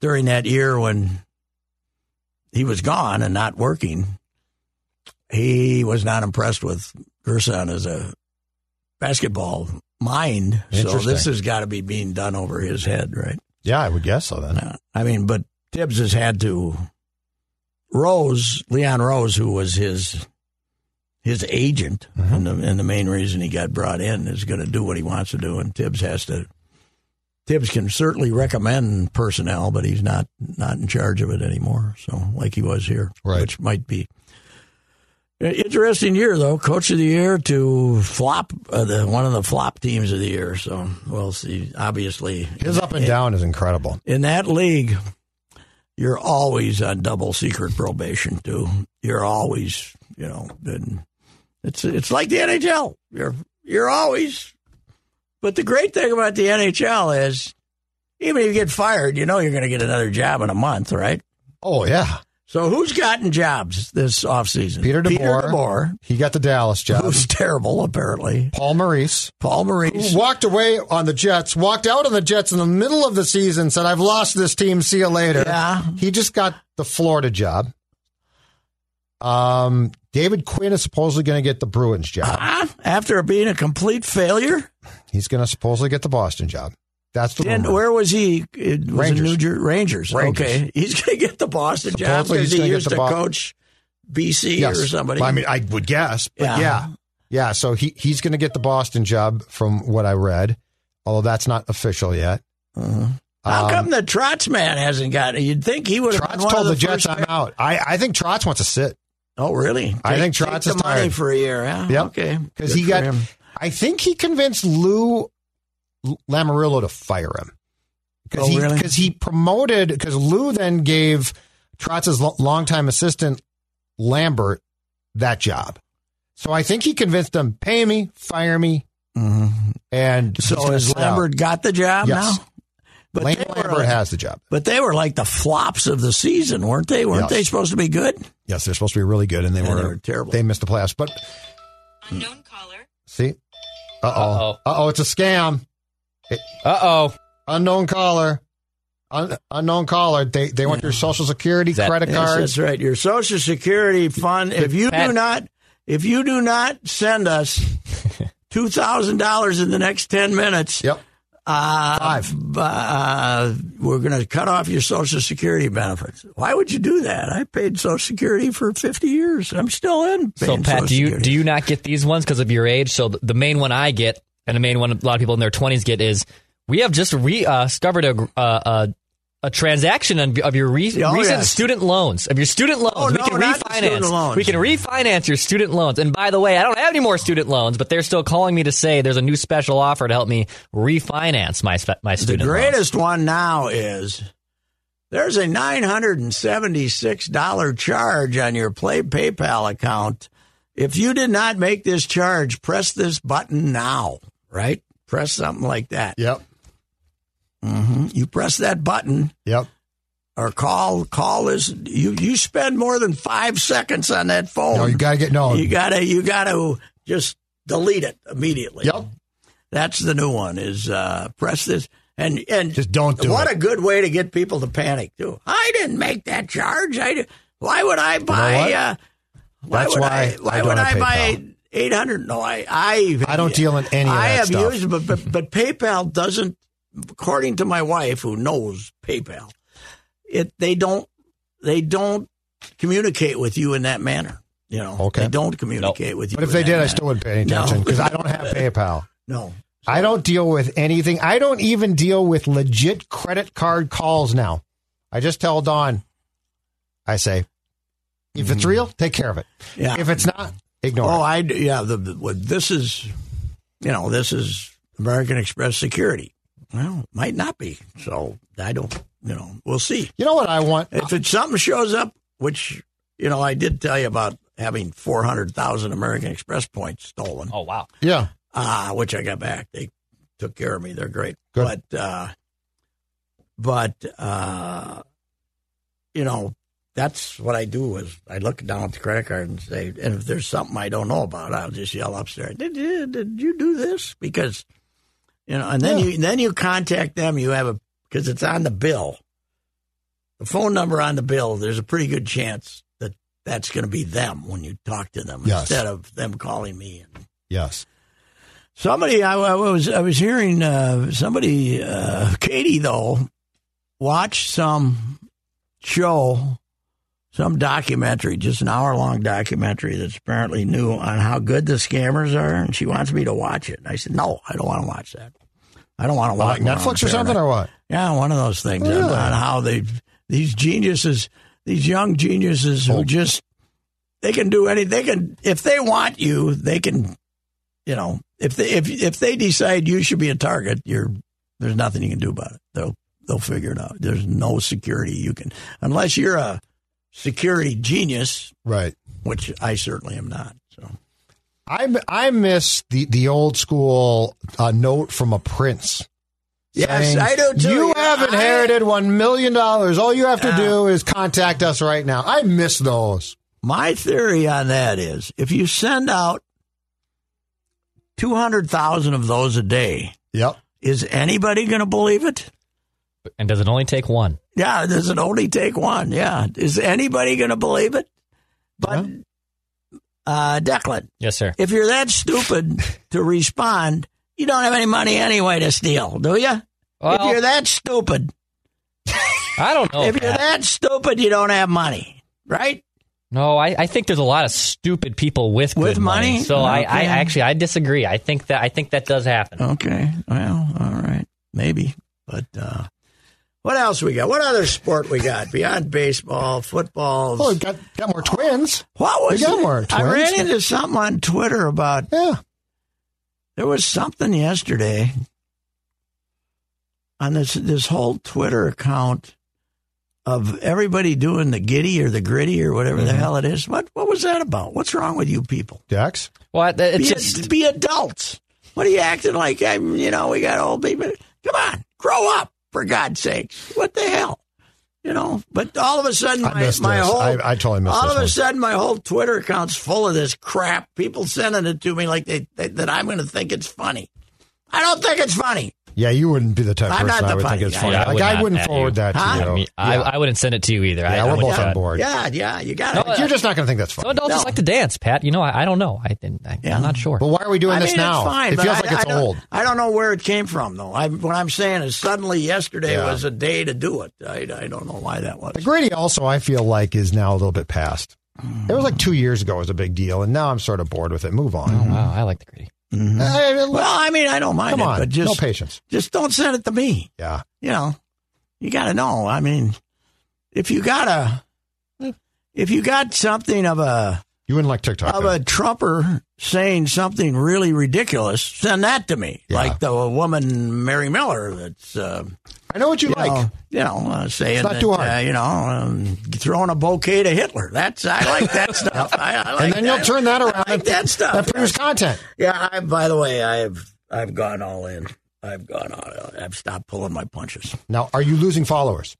S3: during that year when he was gone and not working, he was not impressed with Gerson as a basketball mind. So
S5: Interesting.
S3: this has got to be being done over his head, right?
S5: Yeah, I would guess so then.
S3: Uh, I mean, but Tibbs has had to. Rose, Leon Rose, who was his his agent,
S5: Mm-hmm.
S3: and, the, and the main reason he got brought in is going to do what he wants to do, and Tibbs has to. Tibbs can certainly recommend personnel, but he's not not in charge of it anymore. So, like he was here,
S5: Right.
S3: which might be Interesting year though, coach of the year to flop uh, the one of the flop teams of the year. So we'll see. Obviously,
S5: His up and down is incredible.
S3: in that league, you're always on double secret probation too. You're always, you know, and it's it's like the NHL. You're you're always. But the great thing about the NHL is, even if you get fired, you know you're going to get another job in a month, right?
S5: Oh yeah,
S3: So who's gotten jobs this offseason?
S5: Peter DeBoer.
S3: Peter DeBoer,
S5: he got the Dallas job.
S3: who's terrible apparently.
S5: Paul Maurice
S3: Paul Maurice.
S5: who walked away on the Jets, walked out on the Jets in the middle of the season, said, "I've lost this team. See you later."
S3: Yeah.
S5: He just got the Florida job. Um, David Quinn is supposedly going to get the Bruins job.
S3: Huh? After being a complete failure.
S5: He's going to supposedly get the Boston job. That's the
S3: And
S5: rumor.
S3: where was he? It was
S5: Oh, Rangers.
S3: Rangers. New Jer- Rangers.
S5: Rangers.
S3: Okay, he's going to get the Boston job
S5: Supposedly he's
S3: because he
S5: gonna get
S3: used
S5: the
S3: to
S5: Bo-
S3: coach BC
S5: Yes.
S3: or somebody.
S5: I mean, I would guess, but yeah,
S3: Yeah.
S5: yeah. so he he's going to get the Boston job from what I read, although that's not official yet.
S3: how
S5: um,
S3: come the Trotz man hasn't got it? You'd think he would have been
S5: Trotz
S3: one
S5: told
S3: of
S5: the,
S3: the,
S5: Jets,
S3: first
S5: "I'm
S3: pick-
S5: out." I, I think Trotz wants to sit.
S3: Oh, really?
S5: I think
S3: Take-
S5: Trotz
S3: take
S5: is
S3: the money
S5: tired.
S3: for a year. Yeah.
S5: Yep.
S3: Okay.
S5: because
S3: Good
S5: he
S3: for
S5: got.
S3: him.
S5: I think he convinced Lou Lamarillo to fire him because
S3: Oh,
S5: he
S3: really?
S5: because he promoted because Lou then gave Trotz's lo- longtime assistant Lambert that job. So I think he convinced him, pay me, fire me, and he's
S3: Mm-hmm. So
S5: gonna
S3: has
S5: sit out.
S3: Lambert got the job
S5: Yes.
S3: now? But
S5: Lane
S3: they were
S5: Lambert
S3: like-
S5: has the job.
S3: But they were like the flops of the season, weren't they? Weren't
S5: Yes.
S3: they supposed to be good?
S5: Yes, they're supposed to be really good, and they,
S3: And
S5: were,
S3: they were terrible.
S5: They missed the playoffs, but
S6: Unknown caller.
S5: see, uh oh, uh oh, it's a scam.
S7: Uh oh.
S5: Unknown caller, Un- unknown caller. They they want your social security,
S7: That-
S5: credit
S3: Yes,
S5: cards.
S3: that's right. Your Social Security fund. If you do
S7: Pat-
S3: not, if you do not send us two thousand dollars in the next ten minutes,
S5: Yep.
S3: uh,
S5: Five.
S3: uh, we're going to cut off your Social Security benefits. Why would you do that? I paid Social Security for fifty years. I'm still in.
S7: So
S3: paying
S7: Pat,
S3: Social
S7: do you
S3: Security.
S7: do you not get these ones because of your age? So th- the main one I get, and the main one a lot of people in their twenties get is we have just rediscovered a. Uh, uh, a transaction on- of your re-
S3: Oh,
S7: recent
S3: yes.
S7: student loans of your student loans.
S3: Oh,
S7: we
S3: no,
S7: can
S3: not the student
S7: refinance.
S3: loans.
S7: We can refinance your student loans. And by the way, I don't have any more student loans, but they're still calling me to say there's a new special offer to help me refinance my spe- my
S3: The
S7: student loans.
S3: greatest one now is there's a nine hundred and seventy six dollar charge on your Play PayPal account. If you did not make this charge, press this button now. Right? Press something like that.
S5: Yep.
S3: You press that button
S5: Yep.
S3: or call call this. You you spend more than five seconds on that phone.
S5: No, Oh, you got to get no.
S3: you gotta you gotta just delete it immediately.
S5: yep.
S3: That's the new one. Is uh, press this and and
S5: Just don't do
S3: what
S5: it.
S3: a good way to get people to panic too. I didn't make that charge. I di- why would I buy?
S5: what?
S3: uh, why
S5: That's
S3: would
S5: why
S3: I, why
S5: I don't
S3: would I
S5: have
S3: buy
S5: PayPal.
S3: eight hundred? No, I I
S5: I don't deal in any of
S3: I
S5: that
S3: have
S5: stuff.
S3: used, but, but but PayPal doesn't. According to my wife, who knows PayPal, it they don't they don't communicate with you in that manner. You know,
S5: Okay.
S3: they don't communicate with you.
S5: but if
S3: in
S5: they
S3: that
S5: did, I
S3: manner.
S5: still wouldn't pay any attention
S3: No.
S5: because I don't have PayPal.
S3: no.
S5: I don't deal with anything. I don't even deal with legit credit card calls now. I just tell Dawn, I say, if
S3: Mm.
S5: it's real, take care of it.
S3: Yeah.
S5: If it's not, ignore
S3: Oh,
S5: it.
S3: I d- yeah. The, the, what- this is, you know, this is American Express security. Well, might not be. So I don't. You know, we'll see.
S5: You know what I want?
S3: If it's something shows up, which you know, I did tell you about having four hundred thousand American Express points stolen,
S7: Oh wow!
S5: Yeah.
S3: uh, which I got back. They took care of me. They're great.
S5: Good.
S3: But uh, but uh, you know. That's what I do is I look down at the credit card and say, and if there's something I don't know about, I'll just yell upstairs, did you, did you do this? Because, you know, and then you, then you contact them. You have a, cause it's on the bill, the phone number on the bill. There's a pretty good chance that that's going to be them when you talk to them
S5: Yes.
S3: instead of them calling me and
S5: Yes.
S3: Somebody, I, I was, I was hearing uh, somebody, uh, Katie though, watched some show, some documentary, just an hour long documentary that's apparently new on how good the scammers are, and she wants me to watch it. And I said, no, I don't want to watch that. I don't want to watch
S5: Like Uh, Netflix or something or what?
S3: yeah, one of those things on-
S5: Really?
S3: on, how they these geniuses, these young geniuses who just They can do any. They can if they want you. They can, you know, if they if if they decide you should be a target, you're there's nothing you can do about it. They'll they'll figure it out. There's no security you can unless you're a security genius,
S5: Right.
S3: which I certainly am not. So
S5: I m- I miss the the old school uh, note from a prince.
S3: yes,
S5: saying,
S3: I do too.
S5: You
S3: Yeah,
S5: have
S3: I-
S5: inherited one million dollars. All you have to
S3: Yeah.
S5: do is contact us right now. I miss those.
S3: My theory on that is if you send out 200,000 of those a day,
S5: Yep.
S3: is anybody going to believe it?
S7: And does it only take one?
S3: Yeah, does it only take one? Yeah. Is anybody going to believe it? But, uh, Declan,
S7: Yes, sir.
S3: if you're that stupid to respond, you don't have any money anyway to steal, do you? if
S7: Well-
S3: you're that stupid,
S7: I don't know.
S3: if you're
S7: Pat.
S3: that stupid, you don't have money, right?
S7: No, I, I think there's a lot of stupid people with
S3: With
S7: good money.
S3: money?
S7: So I, I
S3: Okay. Oh.
S7: actually I disagree. I think that I think that does happen.
S3: Okay. Well, all right. Maybe. But uh, what else we got? What other sport we got beyond baseball, football?
S5: Well, we've got got more twins.
S3: What was
S5: we got
S3: it?
S5: more
S3: I
S5: twins.
S3: ran into something on Twitter about
S5: Yeah.
S3: there was something yesterday on this this whole Twitter account of everybody doing the giddy or the gritty or whatever
S5: Mm-hmm.
S3: the hell it is. What what was that about? What's wrong with you people?
S5: Dex.
S7: Well, I- it's
S3: be,
S7: just
S3: be adults. What are you acting like? I'm, you know, we got old people. Come on, grow up for God's sake. What the hell? You know, but all of a sudden,
S5: I
S3: my,
S5: missed
S3: my
S5: this.
S3: whole
S5: I, I totally missed
S3: all
S5: this.
S3: of a
S5: one.
S3: sudden my whole Twitter account's full of this crap. People sending it to me like they, they that I'm going to think it's funny. I don't think it's funny.
S5: Yeah, you wouldn't be the type of
S3: I'm
S5: person
S3: not
S5: I
S3: the
S5: would think
S3: funny
S5: is
S3: guy.
S5: funny.
S7: Yeah, I
S5: like
S7: would
S5: I
S7: not
S5: wouldn't
S7: at
S5: forward
S7: you.
S5: that to
S3: Huh?
S5: you.
S7: I, mean, I, I wouldn't send it to you either. I-
S5: yeah,
S7: I,
S5: we're
S7: wouldn't
S5: both
S7: do
S5: on
S7: it.
S5: board.
S3: Yeah, yeah, you got
S7: No,
S3: it.
S7: I-
S5: You're just not going to think that's
S7: Some
S5: funny.
S7: adults
S3: No.
S7: just like to dance, Pat. You know, I, I don't know. I, I I'm not sure.
S5: But why are we doing
S3: I
S5: this
S3: mean,
S5: now?
S3: It's fine,
S5: it
S3: but
S5: feels
S3: I-
S5: like
S3: I
S5: it's
S3: don't-
S5: old.
S3: I don't know where it came from, though. I, what I'm saying is, suddenly yesterday
S5: Yeah.
S3: was a day to do it. I, I don't know why that was.
S5: The gritty also, I feel like, is now a little bit past. It was like two years ago was a big deal, and now I'm sort of bored with it. Move on.
S7: wow, I like the gritty.
S5: I- I-
S3: Mm-hmm. Well, I mean, I don't mind
S5: come
S3: it,
S5: on,
S3: but just
S5: no patience.
S3: just don't send it to me.
S5: Yeah,
S3: You know, you got to know. I mean, if you got a, if you got something of a
S5: you wouldn't like TikTok.
S3: of
S5: though.
S3: a Trumper saying something really ridiculous, send that to me.
S5: Yeah.
S3: Like the woman Mary Miller that's uh,
S5: I know what you, like.
S3: know, you know uh, saying
S5: not
S3: that,
S5: too hard.
S3: Uh, you know um, throwing a bouquet to Hitler. That's I like that stuff. I, I like
S5: and then you'll
S3: that.
S5: turn that around
S3: I like
S5: and
S3: that stuff.
S5: That produce content.
S3: Yeah, I, by the way, I've I've gone all in. I've gone all in. I've stopped pulling my punches.
S5: Now, are you losing followers?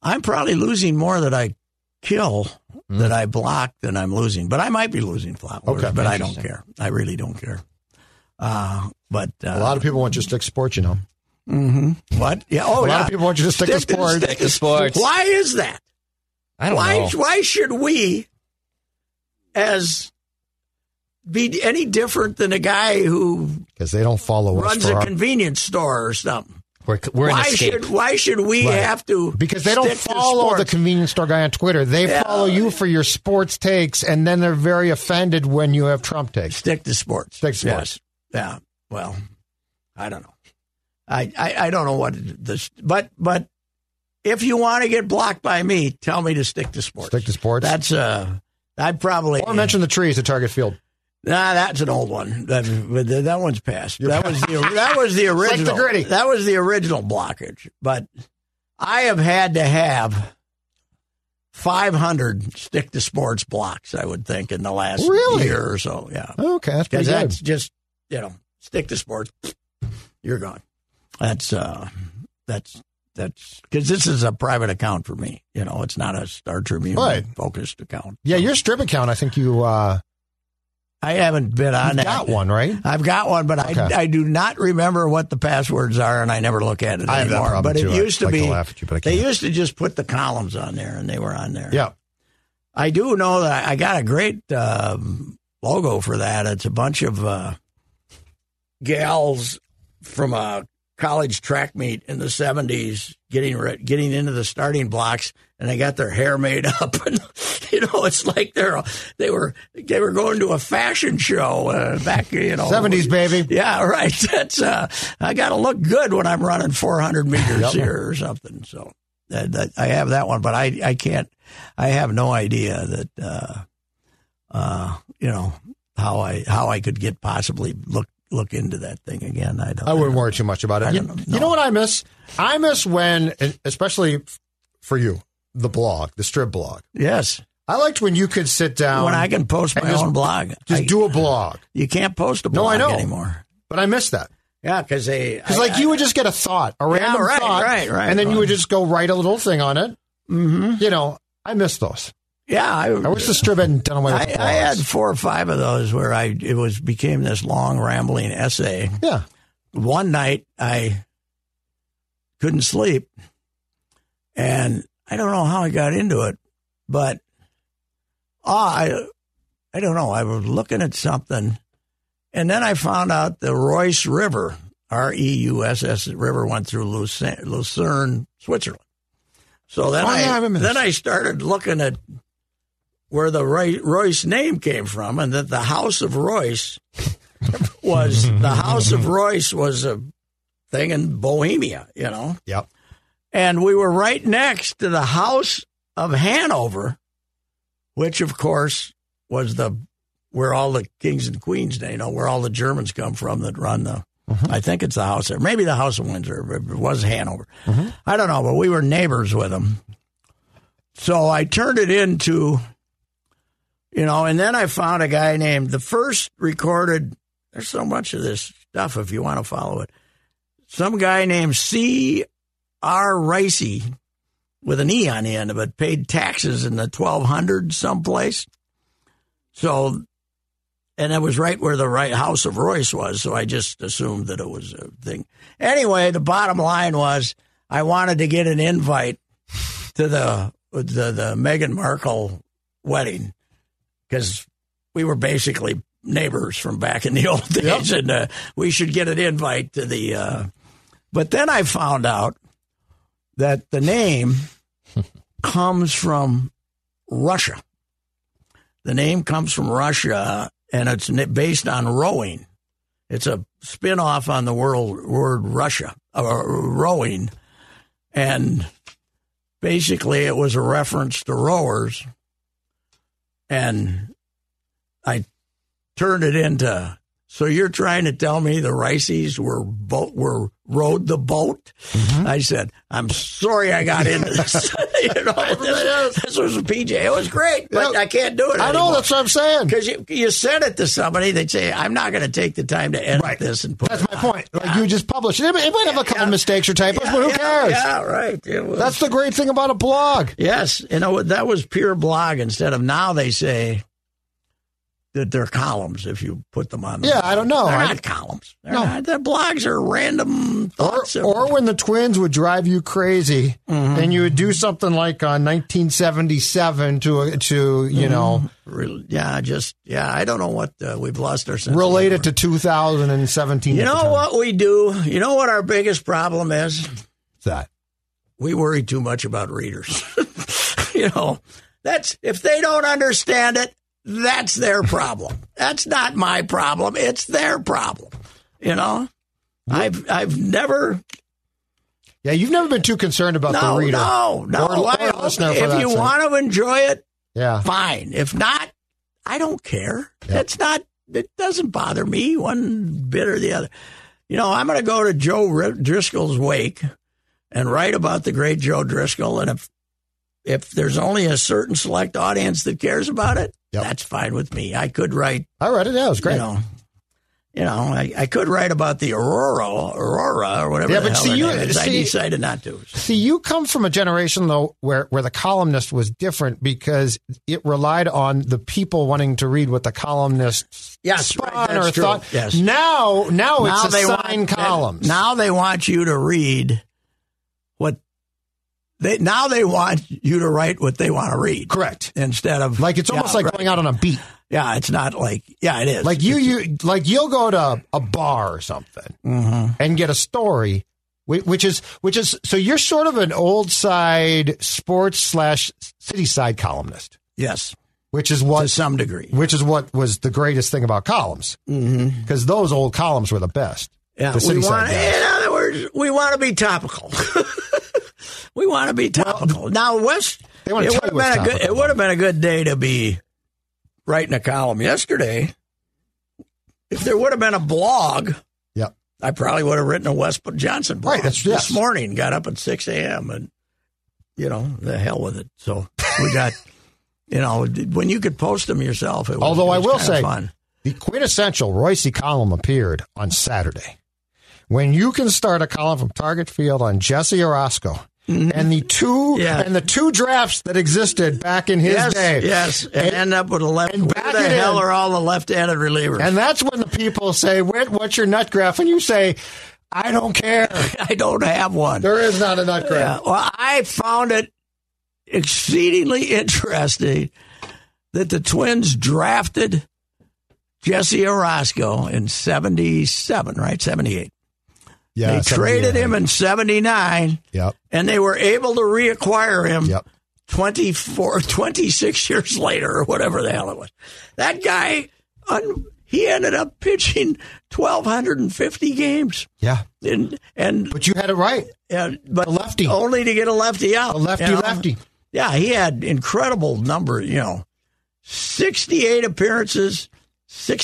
S3: I'm probably losing more that I kill that I block than I'm losing, but I might be losing flowers.
S5: Hmm. Okay,
S3: but I don't care. I really don't care. Uh, but uh,
S5: A lot of people want you to stick to sports, you know.
S3: what? Yeah. Oh,
S5: A
S3: yeah.
S5: lot of people want you to stick, to sports.
S3: stick to
S7: sports.
S3: Why is that?
S7: I don't
S3: why?
S7: know.
S3: Why should we, as be any different than a guy who
S5: Because they don't follow us
S3: runs
S5: for
S3: a
S5: our-
S3: convenience store or something?
S7: We're, we're an
S3: why
S7: escape.
S3: should why should we
S5: Right.
S3: have to
S5: because they don't
S3: stick to
S5: follow the
S3: sports?
S5: convenience store guy on Twitter. They
S3: Yeah.
S5: follow you for your sports takes, and then they're very offended when you have Trump takes.
S3: stick to sports
S5: Stick to sports.
S3: Yes. yeah well I don't know I, I I don't know what this but but if you want to get blocked by me tell me to stick to sports
S5: Stick to sports.
S3: that's uh I probably
S5: or mention the trees at Target Field.
S3: Nah, that's an old one. That that one's passed. That was the that was the
S5: like the
S3: original.
S5: gritty.
S3: That was the original blockage. But I have had to have five hundred stick to sports blocks. I would think in the last
S5: Really?
S3: year or so. Yeah,
S5: Okay, that's pretty
S3: because
S5: good.
S3: that's just you know stick to sports. You're gone. That's uh, that's that's because this is a private account for me. You know, it's not a Star Tribune
S5: Right.
S3: focused account.
S5: Yeah, your strip account. I think you uh,
S3: I haven't been on
S5: you've
S3: that.
S5: got one, right?
S3: I've got one, but
S5: Okay.
S3: I, I do not remember what the passwords are, and I never look at it
S5: I have that
S3: anymore.
S5: problem
S3: but it
S5: too. I
S3: used to
S5: like to
S3: be
S5: laugh at you, but I
S3: they
S5: can't.
S3: used to just put the columns on there, and they were on there.
S5: Yeah,
S3: I do know that I got a great um, logo for that. It's a bunch of uh, gals from a college track meet in the '70s getting re- getting into the starting blocks, and they got their hair made up, and you know, it's like they're they were they were going to a fashion show uh, back, you know,
S5: seventies baby.
S3: yeah, right. That's uh, I got to look good when I'm running 400 meters here or something. So that, that I have that one, but I I can't. I have no idea that uh, uh, you know how I how I could get possibly look look into that thing again. I don't.
S5: I wouldn't worry too much about
S3: I
S5: it. You,
S3: don't know.
S5: you know what I miss? I miss when, and especially f- for you, the blog, the strip blog.
S3: Yes,
S5: I liked when you could sit down.
S3: when I can post
S5: Um, and
S3: my
S5: just-
S3: own blog,
S5: just
S3: I-
S5: do a blog.
S3: You can't post a
S5: No, I
S3: blog
S5: know.
S3: anymore.
S5: But I miss that
S3: Yeah, because they
S5: because, like, you would just get a thought, a random
S3: right,
S5: thought,
S3: right, right.
S5: and then you would just go write a little thing on it.
S3: hmm
S5: You know, I miss those.
S3: Yeah, I,
S5: Mm-hmm. I wish the strip hadn't done away with.
S3: I,
S5: the
S3: I had
S5: blogs.
S3: four or five of those where I it was became this long rambling essay.
S5: yeah.
S3: One night I couldn't sleep, and I don't know how I got into it, but ah, I I don't know. I was looking at something, and then I found out the Royce River, R E U S S River, went through Lucerne, Lucerne Switzerland. So then
S5: Oh,
S3: I,
S5: yeah, I remember
S3: then
S5: this.
S3: I started looking at where the Roy, Royce name came from, and that the House of Royce was the House of Royce was a thing in Bohemia, you know
S5: Yep.
S3: and we were right next to the House of Hanover, which of course was the where all the kings and queens, you know, where all the Germans come from that run the. I think it's the House of maybe the House of Windsor. but It was Hanover. I don't know, but we were neighbors with them. So I turned it into, you know, and then I found a guy named the first recorded. There's so much of this stuff if you want to follow it. Some guy named C. R. Ricey with an E on the end of it paid taxes in the 1200 someplace. So, and it was right where the right house of Royce was. So I just assumed that it was a thing. Anyway, the bottom line was I wanted to get an invite to the, the, the Meghan Markle wedding because we were basically neighbors from back in the old days and uh, we should get an invite to the, uh, but then I found out that the name comes from Russia. The name comes from Russia, and it's n- based on rowing. It's a spin-off on the world word Russia, uh, rowing, and basically it was a reference to rowers. And I turned it into. So you're trying to tell me the Riceys were boat were rowed the boat? I said, I'm sorry I got into this. you know, this, this was a PJ. It was great, but
S5: Yeah.
S3: I can't do it.
S5: I know that's what I'm saying.
S3: because you you send it to somebody, they say, I'm not going to take the time to edit
S5: Right.
S3: this and put.
S5: That's
S3: it
S5: my
S3: on."
S5: point. Like you just publish it. It might have a couple
S3: yeah.
S5: mistakes or typos, but who
S3: Yeah,
S5: cares?
S3: Yeah, right. It was-
S5: That's the great thing about a blog.
S3: Yes, you know that was pure blog instead of now they say that they're columns if you put them on. The
S5: Yeah, I don't know.
S3: They're
S5: I-
S3: not columns. They're
S5: No.
S3: not, the blogs are random
S5: Or,
S3: thoughts. of-
S5: or when the twins would drive you crazy,
S3: Mm-hmm.
S5: and you would do something like on 1977 to uh, to
S3: Mm-hmm.
S5: you know
S3: Re- yeah, just yeah. I don't know what uh, we've lost our sense. of
S5: relate it
S3: humor.
S5: to 2017.
S3: You
S5: at the
S3: know
S5: time.
S3: what we do. You know what our biggest problem is.
S5: What's that?
S3: we worry too much about readers. you know, that's if they don't understand it, that's their problem. that's not my problem. It's their problem. You know, I've I've never
S5: Yeah, you've never been too concerned about
S3: no
S5: the reader.
S3: no no.
S5: Or- or
S3: I hope-
S5: listener, for
S3: if
S5: that
S3: you
S5: sake.
S3: want to enjoy it,
S5: Yeah,
S3: fine. If not, I don't care.
S5: Yeah.
S3: That's not. It doesn't bother me one bit or the other. You know, I'm going to go to Joe R- Driscoll's wake and write about the great Joe Driscoll. And if if there's only a certain select audience that cares about it,
S5: Yep.
S3: that's fine with me. I could write,
S5: I read it. Yeah, it was great.
S3: you know. You know, I, I could write about the Aurora, Aurora, or whatever
S5: Yeah,
S3: the
S5: but
S3: hell
S5: see,
S3: her
S5: you-
S3: name is. I
S5: see-
S3: decided not to.
S5: See, you come from a generation though where where the columnist was different because it relied on the people wanting to read what the columnist
S3: Yes,
S5: spun
S3: right, that's
S5: or
S3: true.
S5: thought.
S3: Yes.
S5: Now,
S3: Oh,
S5: now, it's assigned columns.
S3: Now they want you to read what they now they want you to write what they want to read.
S5: correct.
S3: Instead of
S5: Like it's
S3: yeah,
S5: almost like
S3: right.
S5: going out on a beat.
S3: yeah, it's not like yeah, it is
S5: Like you, you like you'll go to a bar or something
S3: Mhm.
S5: and get a story, whi- which is which is so you're sort of an old side sports slash city side columnist,
S3: Yes,
S5: which is
S3: to
S5: what
S3: some degree.
S5: which is what was the greatest thing about columns
S3: Mm-hmm.
S5: because those old columns were the best.
S3: Yeah,
S5: The city
S3: we
S5: side
S3: want.
S5: guys.
S3: In other words, we want to be topical. We want to be topical. now, West, it
S5: They
S3: would
S5: wanna
S3: have
S5: tell you what's
S3: been a good,
S5: topical.
S3: it would have been a good day to be writing a column yesterday. If there would have been a blog,
S5: Yep.
S3: I probably would have written a West Johnson blog
S5: Right, that's-
S3: this
S5: yes.
S3: morning. Got up at six a.m. and you know the hell with it. So we got. You know, when you could post them yourself, it was,
S5: Although
S3: it
S5: I
S3: was
S5: will
S3: kinda
S5: say-
S3: fun.
S5: The quintessential Royce column appeared on Saturday. When you can start a column from Target Field on Jesse Orozco and the two
S3: Mm-hmm. Yeah.
S5: and the two drafts that existed back in his
S3: yes,
S5: day.
S3: yes, and, end up with a left.
S5: and
S3: Where
S5: back
S3: the
S5: it
S3: hell
S5: in.
S3: are all the left-handed relievers?
S5: And that's when the people say, "What- "What's your nut graph?" And you say, "I don't care.
S3: I don't have one.
S5: There is not a nut
S3: Yeah,
S5: graph."
S3: well, I found it exceedingly interesting that the Twins drafted Jesse Orozco in 77, right? 78.
S5: Yeah,
S3: they traded him in 79,
S5: Yep.
S3: and they were able to reacquire him
S5: Yep.
S3: 24, 26 years later, or whatever the hell it was. That guy, un, he ended up pitching 1,250 games.
S5: Yeah.
S3: And, and
S5: But you had it right.
S3: yeah, but
S5: A lefty.
S3: only to get a lefty out.
S5: A lefty
S3: you know?
S5: lefty.
S3: Yeah, he had incredible number. You know, sixty-eight appearances,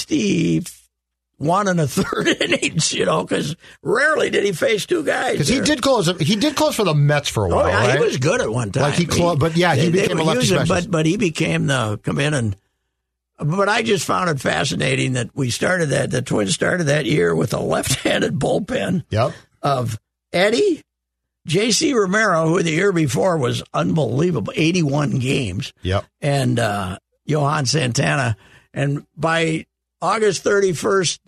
S3: sixty-one and a third innings. You know, because rarely did he face two guys.
S5: Because he
S3: there.
S5: did close. He did close for the Mets for a
S3: Oh
S5: while.
S3: yeah,
S5: right?
S3: he was good at one time.
S5: Like, he clo- but yeah, he
S3: they- they
S5: became a
S3: would
S5: lefty
S3: use him,
S5: specialist.
S3: But but he became the come in and. But I just found it fascinating that we started that the Twins started that year with a left-handed bullpen
S5: Yep.
S3: of Eddie, J.C. Romero, who the year before was unbelievable, 81 games,
S5: Yep.
S3: and uh, Johan Santana. And by August 31st,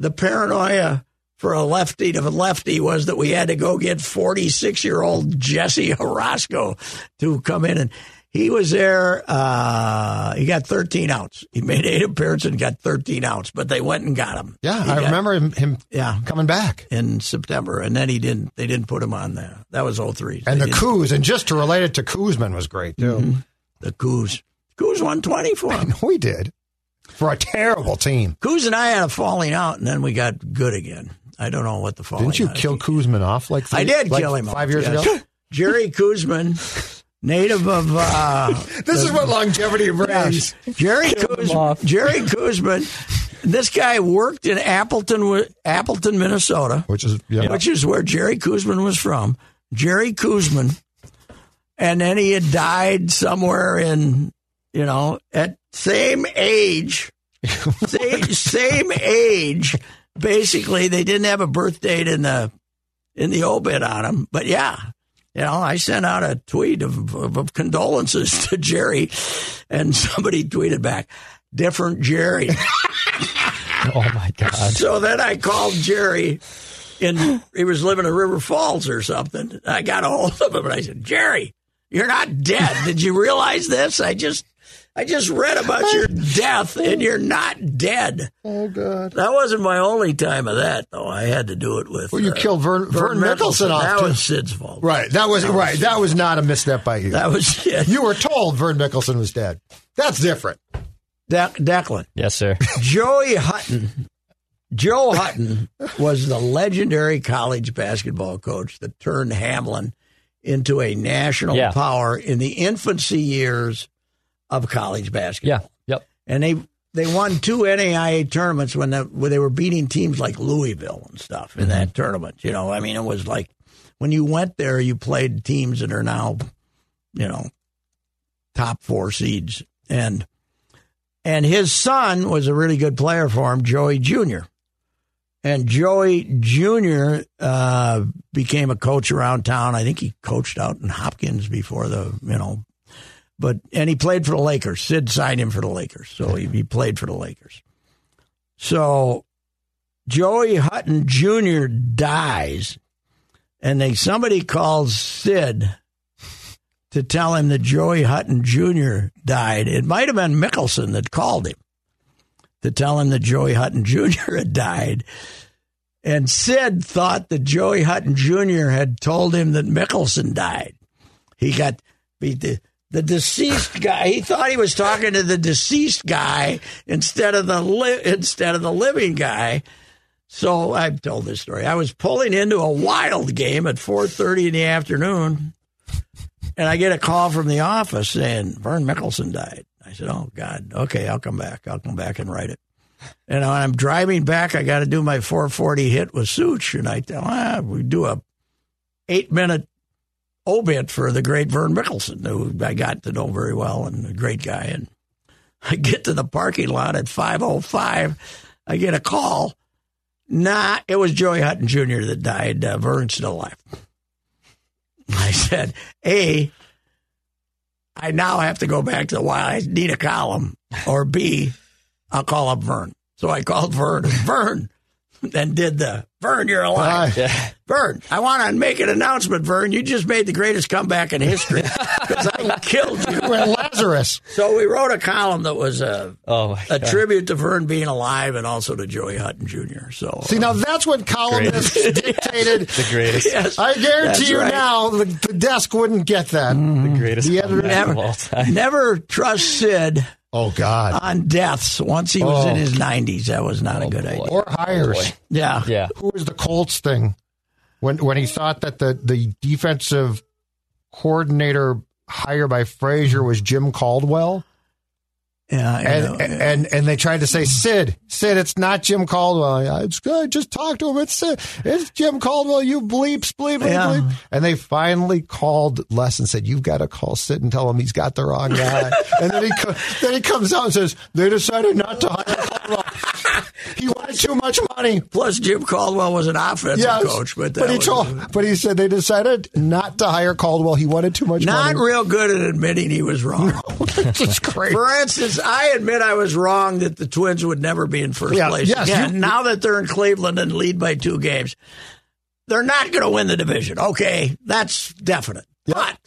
S3: the paranoia for a lefty to a lefty was that we had to go get 46 year old Jesse Orozco to come in. And he was there. Uh, he got 13 outs. He made eight appearances and got 13 outs, but they went and got him.
S5: Yeah,
S3: He
S5: I
S3: got-
S5: remember him, him
S3: Yeah
S5: coming back.
S3: in September, and then he didn't. They didn't put him on there. That was 03.
S5: And
S3: They
S5: the
S3: didn't-
S5: coups, and just to relate it to Kuzman was great too.
S3: the Coos, Coos won 20 for him.
S5: We did for a terrible team.
S3: Coos and I had a falling out, and then we got good again. I don't know what the falling.
S5: Didn't you
S3: out
S5: kill Kuzman off like three,
S3: I did
S5: like
S3: kill him
S5: five
S3: off,
S5: years
S3: yes.
S5: ago?
S3: Jerry Kuzman, native of uh,
S5: This is what longevity brings.
S3: Jerry Kuzman. Jerry Kuzman. This guy worked in Appleton, wi- Appleton, Minnesota.
S5: Which is yeah.
S3: which is where Jerry Kuzman was from. Jerry Kuzman, and then he had died somewhere in, you know, at same age, same, same age. Basically, they didn't have a birth date in the in the obit on him, but yeah. You know, I sent out a tweet of, of, of condolences to Jerry, and somebody tweeted back, "Different Jerry."
S7: Oh my god!
S3: So then I called Jerry, and he was living in River Falls or something. I got a hold of him and I said, "Jerry, you're not dead. Did you realize this? I just, I just read about your death, and you're not dead."
S5: Oh god.
S3: That wasn't my only time of that, though. I had to do it with. uh,
S5: Well, you killed Vern, Vern, Mickelson off
S3: That
S5: too.
S3: was Sid's fault.
S5: right. That was right. That was not a misstep by you.
S3: That was yeah.
S5: you were told Vern Mickelson was dead. That's different.
S3: De- Declan.
S7: Yes, sir.
S3: Joey Hutton. Joe Hutton was the legendary college basketball coach that turned Hamlin into a national
S7: Yeah.
S3: power in the infancy years of college basketball.
S7: Yeah. Yep.
S3: And they they won two NAIA tournaments when, the, when they were beating teams like Louisville and stuff in that tournament. You know, I mean, it was like when you went there, you played teams that are now, you know, top four seeds. And and his son was a really good player for him, Joey Jr. And Joey Jr. Uh, became a coach around town. I think he coached out in Hopkins before the, you know, but, and he played for the Lakers. Sid signed him for the Lakers. So he, he played for the Lakers. So Joey Hutton Jr. dies, and they, somebody calls Sid to tell him that Joey Hutton Jr. died. It might have been Mickelson that called him to tell him that Joey Hutton Jr. had died. And Sid thought that Joey Hutton Jr. had told him that Mickelson died. He got he- the, the deceased guy. He thought he was talking to the deceased guy instead of the li- instead of the living guy. So I've told this story. I was pulling into a wild game at four thirty in the afternoon And I get a call from the office saying Vern Mickelson died. I said, "Oh God, okay, I'll come back. I'll come back and write it." And when I'm driving back, I got to do my 440 hit with Such, and I tell, ah, we do a eight minute obit for the great Vern Mickelson, who I got to know very well and a great guy. And I get to the parking lot at 5:05. I get a call. Nah, it was Joey Hutton Jr. that died. Uh, Vern's still alive. I said, A, I now have to go back to the wild. I need a column. Or B, I'll call up Vern. So I called Vern. Vern, and did the Vern, you're
S5: Uh,
S3: alive. Vern, I want to make an announcement, Vern. You just made the greatest comeback in history because I killed you.
S5: We're Lazarus.
S3: So we wrote a column that was a,
S7: Oh my
S3: a
S7: God.
S3: tribute to Vern being alive and also to Joey Hutton Jr. So uh,
S5: See, now that's what columnists dictated.
S8: The greatest.
S3: yes,
S5: I
S3: That's
S5: guarantee you
S3: right.
S5: now, the, the desk wouldn't get that.
S3: Mm.
S8: The greatest.
S5: The editor-
S8: comeback.
S7: of all time.
S3: never trust Sid
S5: Oh, God.
S3: on deaths once he was
S5: Oh.
S3: in his 90s. That was not a good idea.
S5: Or hires.
S3: Yeah.
S7: Yeah.
S5: Who was the Colts thing when when he thought that the, the defensive coordinator hired by Frazier was Jim Caldwell?
S3: Yeah. you know.
S5: And, and and they tried to say Sid, Sid, it's not Jim Caldwell. Yeah, It's good. Just talk to him. It's Sid. It's Jim Caldwell. You bleeps, bleep, bleep,
S3: Yeah.
S5: bleep. And they finally called Les and said, "You've got to call Sid and tell him he's got the wrong guy." and then he co- then he comes out and says, "They decided not to hire Caldwell. he wanted too much money."
S3: Plus, Jim Caldwell was an offensive
S5: Yes,
S3: coach, but, that
S5: he
S3: was-
S5: told, but he said they decided not to hire Caldwell. He wanted too much
S3: not
S5: money.
S3: real good at admitting he was wrong.
S5: Not really. great.
S3: For instance, I admit I was wrong that the Twins would never be in first
S5: Yeah,
S3: place.
S5: yes,
S3: again.
S5: you-
S3: now that they're in Cleveland and lead by two games, they're not going to win the division. Okay, that's definite. But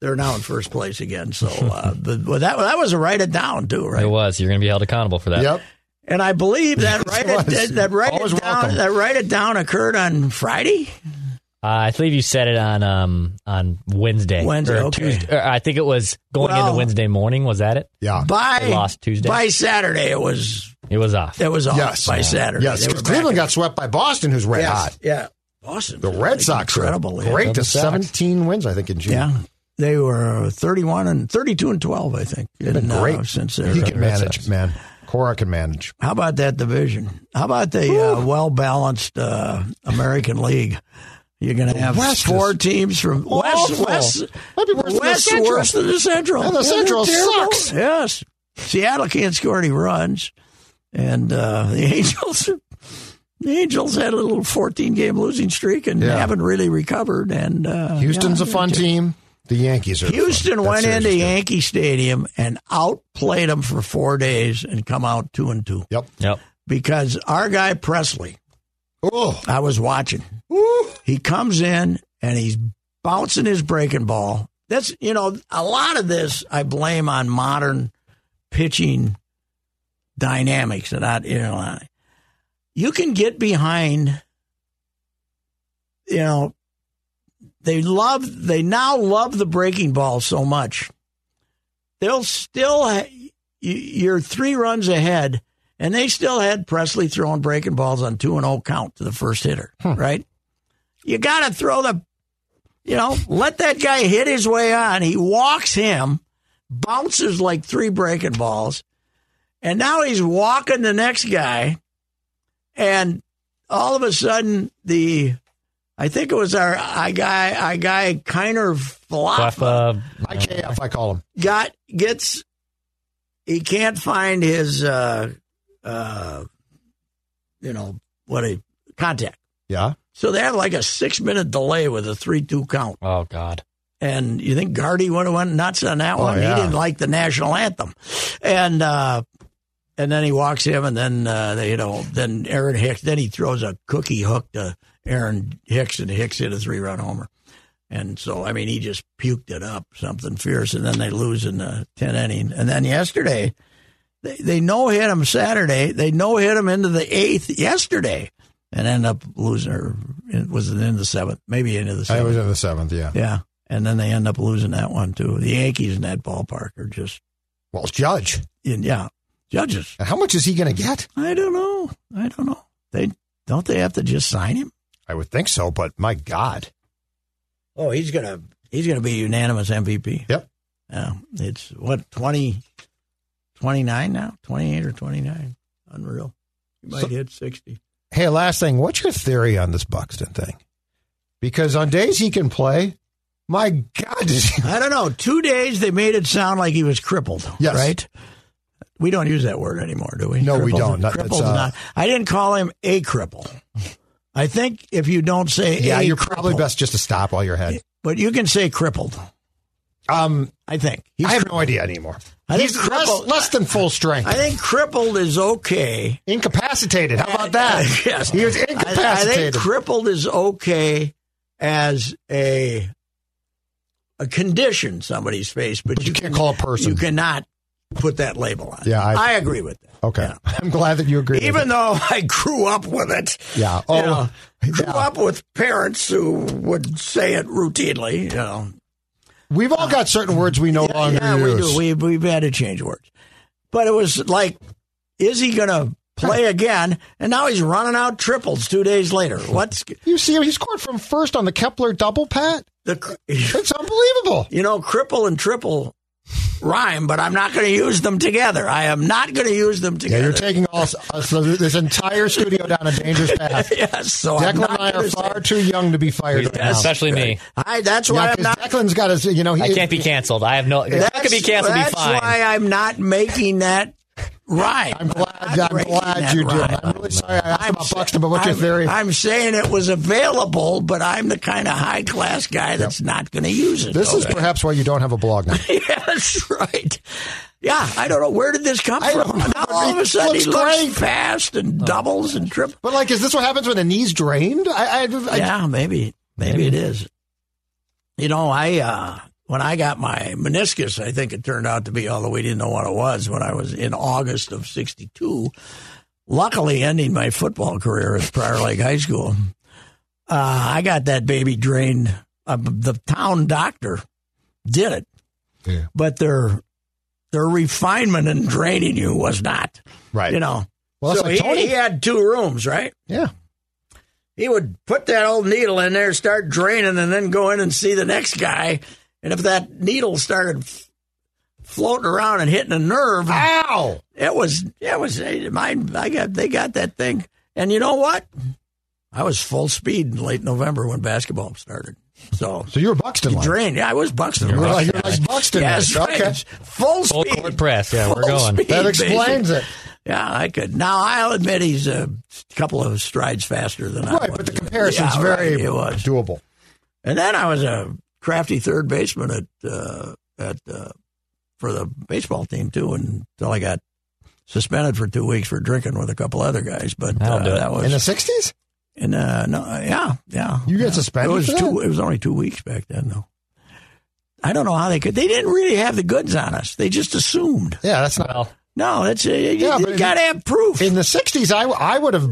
S3: they're now in first place again. So uh, the, well, that that was a write it down too, right?
S7: It was. You're going to be held accountable for that.
S5: Yep.
S3: And I believe that write it,
S5: was.
S3: that, that write
S5: Always
S3: it down
S5: welcome.
S3: that write it down occurred on Friday.
S7: Uh, I believe you said it on um on Wednesday,
S3: Wednesday,
S7: or
S3: okay.
S7: Tuesday. Or I think it was going
S3: Well-
S7: into Wednesday morning. Was that it?
S5: Yeah.
S3: By
S7: They lost Tuesday.
S3: By Saturday, it was
S7: It was off.
S3: it was off
S5: Yes.
S3: by Saturday.
S5: Yes,
S3: They were
S5: because
S3: back
S5: Cleveland
S3: in-
S5: got swept by Boston, who's red
S3: yes,
S5: hot.
S3: Yeah, Boston.
S5: The Red Sox, are
S3: incredible. yeah.
S5: great to
S7: the Sox.
S5: seventeen wins, I think in June.
S3: Yeah, they were thirty-one and thirty-two and twelve. I think.
S5: been
S3: in, uh,
S5: great.
S3: since they're
S5: he can manage, man. Cora can manage.
S3: How about that division? How about the uh, well-balanced uh, American League? You're going to have
S5: West
S3: four
S5: is
S3: teams from West.
S5: awful.
S3: West
S5: Might be worse than the
S3: West
S5: Central.
S3: worse than the Central.
S5: Yeah, the
S3: Isn't that
S5: Central
S3: terrible?
S5: sucks.
S3: Yes, Seattle can't score any runs, and uh, the Angels. The Angels had a little 14 game losing streak and
S5: Yeah.
S3: haven't really recovered. And uh,
S5: Houston's
S3: yeah,
S5: a fun team. The Yankees are. fun.
S3: Houston
S5: That
S3: went
S5: series
S3: into
S5: is good.
S3: Yankee Stadium and outplayed them for four days and come out two and two
S5: Yep.
S7: Yep.
S3: because our guy Presley,
S5: Oh,
S3: I was watching. He comes in and he's bouncing his breaking ball. That's you know a lot of this I blame on modern pitching dynamics and not you know I- you can get behind you know they love they now love the breaking ball so much they'll still ha- y- you're three runs ahead and they still had Presley throwing breaking balls on two and oh count to the first hitter right you got to throw the you know let that guy hit his way on he walks him bounces like three breaking balls and now he's walking the next guy and all of a sudden the I think it was our I guy I guy Kiner
S7: Off,
S3: Falafa
S7: uh,
S5: IKF, I call him.
S3: got gets he can't find his uh uh you know what a contact.
S5: Yeah.
S3: So they had like a six minute delay with a three two count.
S7: oh God.
S3: And you think Gardy would have went nuts on that
S5: Oh,
S3: one?
S5: yeah.
S3: He didn't like the national anthem, and uh, and then he walks him, and then uh, they, you know, then Aaron Hicks. Then he throws a cookie hook to Aaron Hicks, and Hicks hit a three run homer. And so, I mean, he just puked it up, something fierce, and then they lose in the ten inning. And then yesterday, they they no hit him Saturday. They no hit him into the eighth yesterday, and end up losing. Or it was it in the seventh? Maybe into the
S5: I
S3: seventh.
S5: was in the seventh. Yeah.
S3: Yeah. And then they end up losing that one too. The Yankees in that ballpark are just,
S5: Well, Judge.
S3: and yeah, judges.
S5: And how much is he going to get?
S3: I don't know. I don't know. They don't they have to just sign him?
S5: I would think so, but my God.
S3: Oh, he's gonna He's going to be unanimous MVP.
S5: Yep.
S3: Yeah, it's what 20, 29 now, twenty eight or twenty nine. Unreal. He might hit sixty.
S5: Hey, last thing, what's your theory on this Buxton thing? Because on days he can play, my God, does he,
S3: I don't know. Two days they made it sound like he was crippled.
S5: Yes.
S3: Right. We don't use that word anymore, do we?
S5: No, we
S3: Crippled-
S5: don't. That-
S3: Cripple's
S5: that's, uh,
S3: not. I didn't call him a cripple. I think if you don't say
S5: yeah,
S3: a
S5: you're probably
S3: cripple,
S5: best just to stop while you're ahead.
S3: but you can say crippled.
S5: Um,
S3: I think. He's
S5: I have
S3: crippled.
S5: no idea anymore.
S3: I think
S5: He's less,
S3: crippled-
S5: less than full strength.
S3: I think crippled is okay.
S5: incapacitated. How about that?
S3: yes.
S5: He was
S3: I- I, think
S5: incapacitated.
S3: crippled is okay as a a condition somebody's face, but,
S5: But you can't call a person.
S3: You cannot put that label on. it.
S5: Yeah, I-
S3: I, agree with that.
S5: okay,
S3: Yeah.
S5: I'm glad that you agree. with
S3: Even
S5: it.
S3: though I grew up with it,
S5: yeah, oh,
S3: you know, grew
S5: yeah.
S3: up with parents who would say it routinely. You know,
S5: we've all got certain words we no longer
S3: yeah, we
S5: use.
S3: do. We, we've had to change words, but it was like, is he going to play again? And now he's running out triples two days later. What's
S5: you see him? He scored from first on the Kepler double, Pat.
S3: the?
S5: It's unbelievable.
S3: you know, cripple and triple rhyme, but I'm not going to use them together. I am not going to use them
S5: Yeah,
S3: together.
S5: you're taking all us, this entire studio down a dangerous path.
S3: yes, so I'm
S5: Declan
S3: not
S5: and I are
S3: gonna
S5: far
S3: say-
S5: too young to be fired right now.
S7: Especially me.
S3: I, that's why
S5: Yeah,
S3: I'm
S5: 'cause
S3: not.
S5: Declan's got his, you know, he,
S7: I can't be canceled. I have no. If that
S3: That's,
S7: could be canceled. Be
S3: that's
S7: fine.
S3: why I'm not making that rhyme.
S5: I'm glad,
S3: not
S5: I'm
S3: breaking
S5: glad
S3: that
S5: you did.
S3: rhyme.
S5: I'm really sorry I asked about
S3: sa-
S5: Buxton, but what's your
S3: I'm-
S5: theory?
S3: I'm saying it was available, but I'm the kind of high class guy that's not going to use it.
S5: this is
S3: Okay.
S5: perhaps why you don't have a blog now.
S3: yes, right. Yeah, I don't know where did this come
S5: I
S3: from.
S5: don't know.
S3: Now all of a
S5: It
S3: sudden he
S5: looks
S3: looks
S5: great. Oh.
S3: fast and doubles and triples.
S5: But like, is this what happens when the knee's drained? I, I, I
S3: yeah, maybe, maybe, it is. You know, I uh, when I got my meniscus, I think it turned out to be, although we didn't know what it was, when I was in August of '62. Luckily, ending my football career at Prior Lake High School, uh, I got that baby drained. Uh, the town doctor did it,
S5: Yeah.
S3: but their their refinement in draining you was not.
S5: right.
S3: You know,
S5: well, that's
S3: so
S5: like
S3: he-
S5: Tony.
S3: he had two rooms, right?
S5: yeah.
S3: he would put that old needle in there, start draining, and then go in and see the next guy. And if that needle started f- floating around and hitting a nerve,
S5: Ow!
S3: it was it was eh, mine. I got they got that thing, and you know what? I was full speed in late November when basketball started. So
S5: So you're Buxton like.
S3: drained. Yeah, I was Buxton.
S5: You're
S3: Right.
S5: like, you're like Buxton.
S3: Yes,
S5: like.
S3: right. full
S7: Full
S3: speed.
S7: court press. Yeah, we're
S3: Full
S7: going.
S3: speed,
S5: That explains
S3: basically.
S5: it.
S3: Yeah, I could. Now I'll admit he's a couple of strides faster than I was.
S5: Right, but the comparison's
S3: Yeah,
S5: very
S3: right, it was.
S5: doable.
S3: And then I was a crafty third baseman at uh, at uh, for the baseball team too, until I got suspended for two weeks for drinking with a couple other guys. But
S7: That'll
S3: uh,
S7: do it.
S3: that
S5: In the
S3: was
S5: '60s,
S3: and uh, no, yeah, yeah.
S5: You got
S3: yeah.
S5: suspended
S3: It was
S5: for that?
S3: two. It was only two weeks back then, though. I don't know how they could. They didn't really have the goods on us. They just assumed.
S5: yeah, that's not.
S7: Well,
S3: No, that's uh, you,
S5: Yeah, but-
S3: got to have proof.
S5: In the '60s, I, I would have,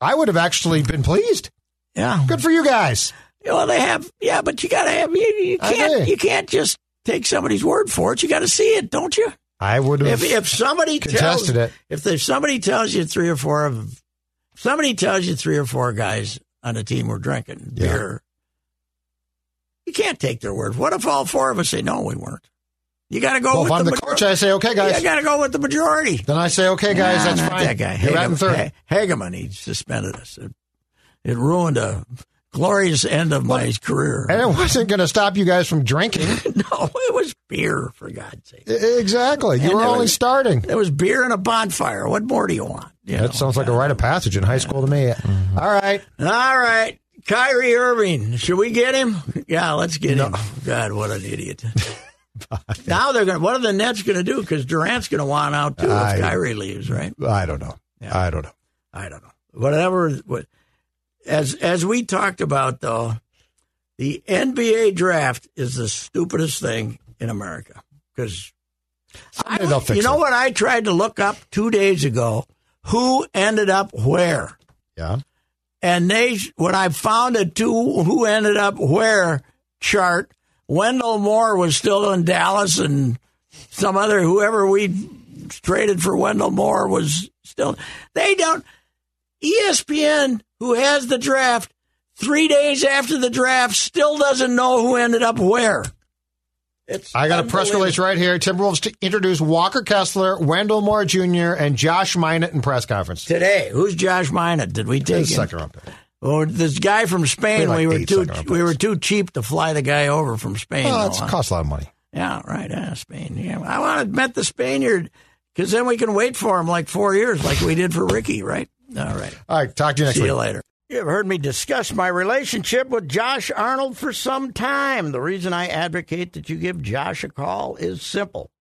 S5: I would have actually been pleased.
S3: yeah.
S5: Good for you guys.
S3: Well, they have. Yeah, but you got to have. You, you
S5: I
S3: can't.
S5: agree.
S3: You can't just take somebody's word for it. You got to see it, don't you?
S5: I would have.
S3: if if somebody tells
S5: contested it.
S3: if there's somebody tells you three or four of if somebody tells you three or four guys on a team were drinking
S5: Yeah.
S3: beer, you can't take their word. What if all four of us say no, we weren't? You got to go
S5: well,
S3: with
S5: if I'm the
S3: major-
S5: coach, I say, okay,
S3: you
S5: guys.
S3: got to go with the majority.
S5: Then I say, okay,
S3: Nah,
S5: guys, that's
S3: not
S5: fine.
S3: That guy,
S5: You're out in third.
S3: Hageman, Ha- Hageman, he suspended us. It, it ruined a glorious end of my career.
S5: And it wasn't going to stop you guys from drinking.
S3: no, it was beer for God's sake.
S5: I- exactly. You
S3: And
S5: were
S3: it
S5: only
S3: was-
S5: starting.
S3: It was beer and a bonfire. What more do you want? You know?
S5: That sounds like a rite of passage in high school to me.
S3: Mm-hmm.
S5: All right.
S3: All right. Kyrie Irving. Should we get him? Yeah, let's get him. God, what an idiot. now they're going to, what are the Nets going to do? Because Durant's going to want out too
S5: I-
S3: if Kyrie leaves, right?
S5: I don't know. I don't know.
S3: I don't know. Whatever. What, as, as we talked about, though, the NBA draft is the stupidest thing in America. Because
S5: Someday they'll fix
S3: you know
S5: it.
S3: what? I tried to look up two days ago who ended up where.
S5: Yeah.
S3: And they, when I found a two who ended up where chart, Wendell Moore was still in Dallas, and some other whoever we traded for Wendell Moore E was still. They don't. ESPN, who has the draft, three days after the draft, still doesn't know who ended up where. It's
S5: I got a press
S3: unbelievable.
S5: release right here. Timberwolves to introduce Walker Kessler, Wendell Moore Jr., and Josh Minot in press conference.
S3: today. Who's Josh Minot? Did we take
S5: His
S3: him?
S5: second round pick.
S3: Or this guy from Spain?
S5: We had like
S3: we were
S5: eight
S3: too
S5: second round
S3: we were
S5: picks.
S3: too cheap to fly the guy over from Spain.
S5: Oh,
S3: though,
S5: it's
S3: huh?
S5: cost a lot of money.
S3: Yeah, right. Yeah, Spain. Yeah, I want to met the Spaniard because then we can wait for him like four years, like we did for Ricky. Right. All right.
S5: All right, talk to you next
S3: See
S5: week.
S3: you later. You have heard me discuss my relationship with Josh Arnold for some time. The reason I advocate that you give Josh a call is simple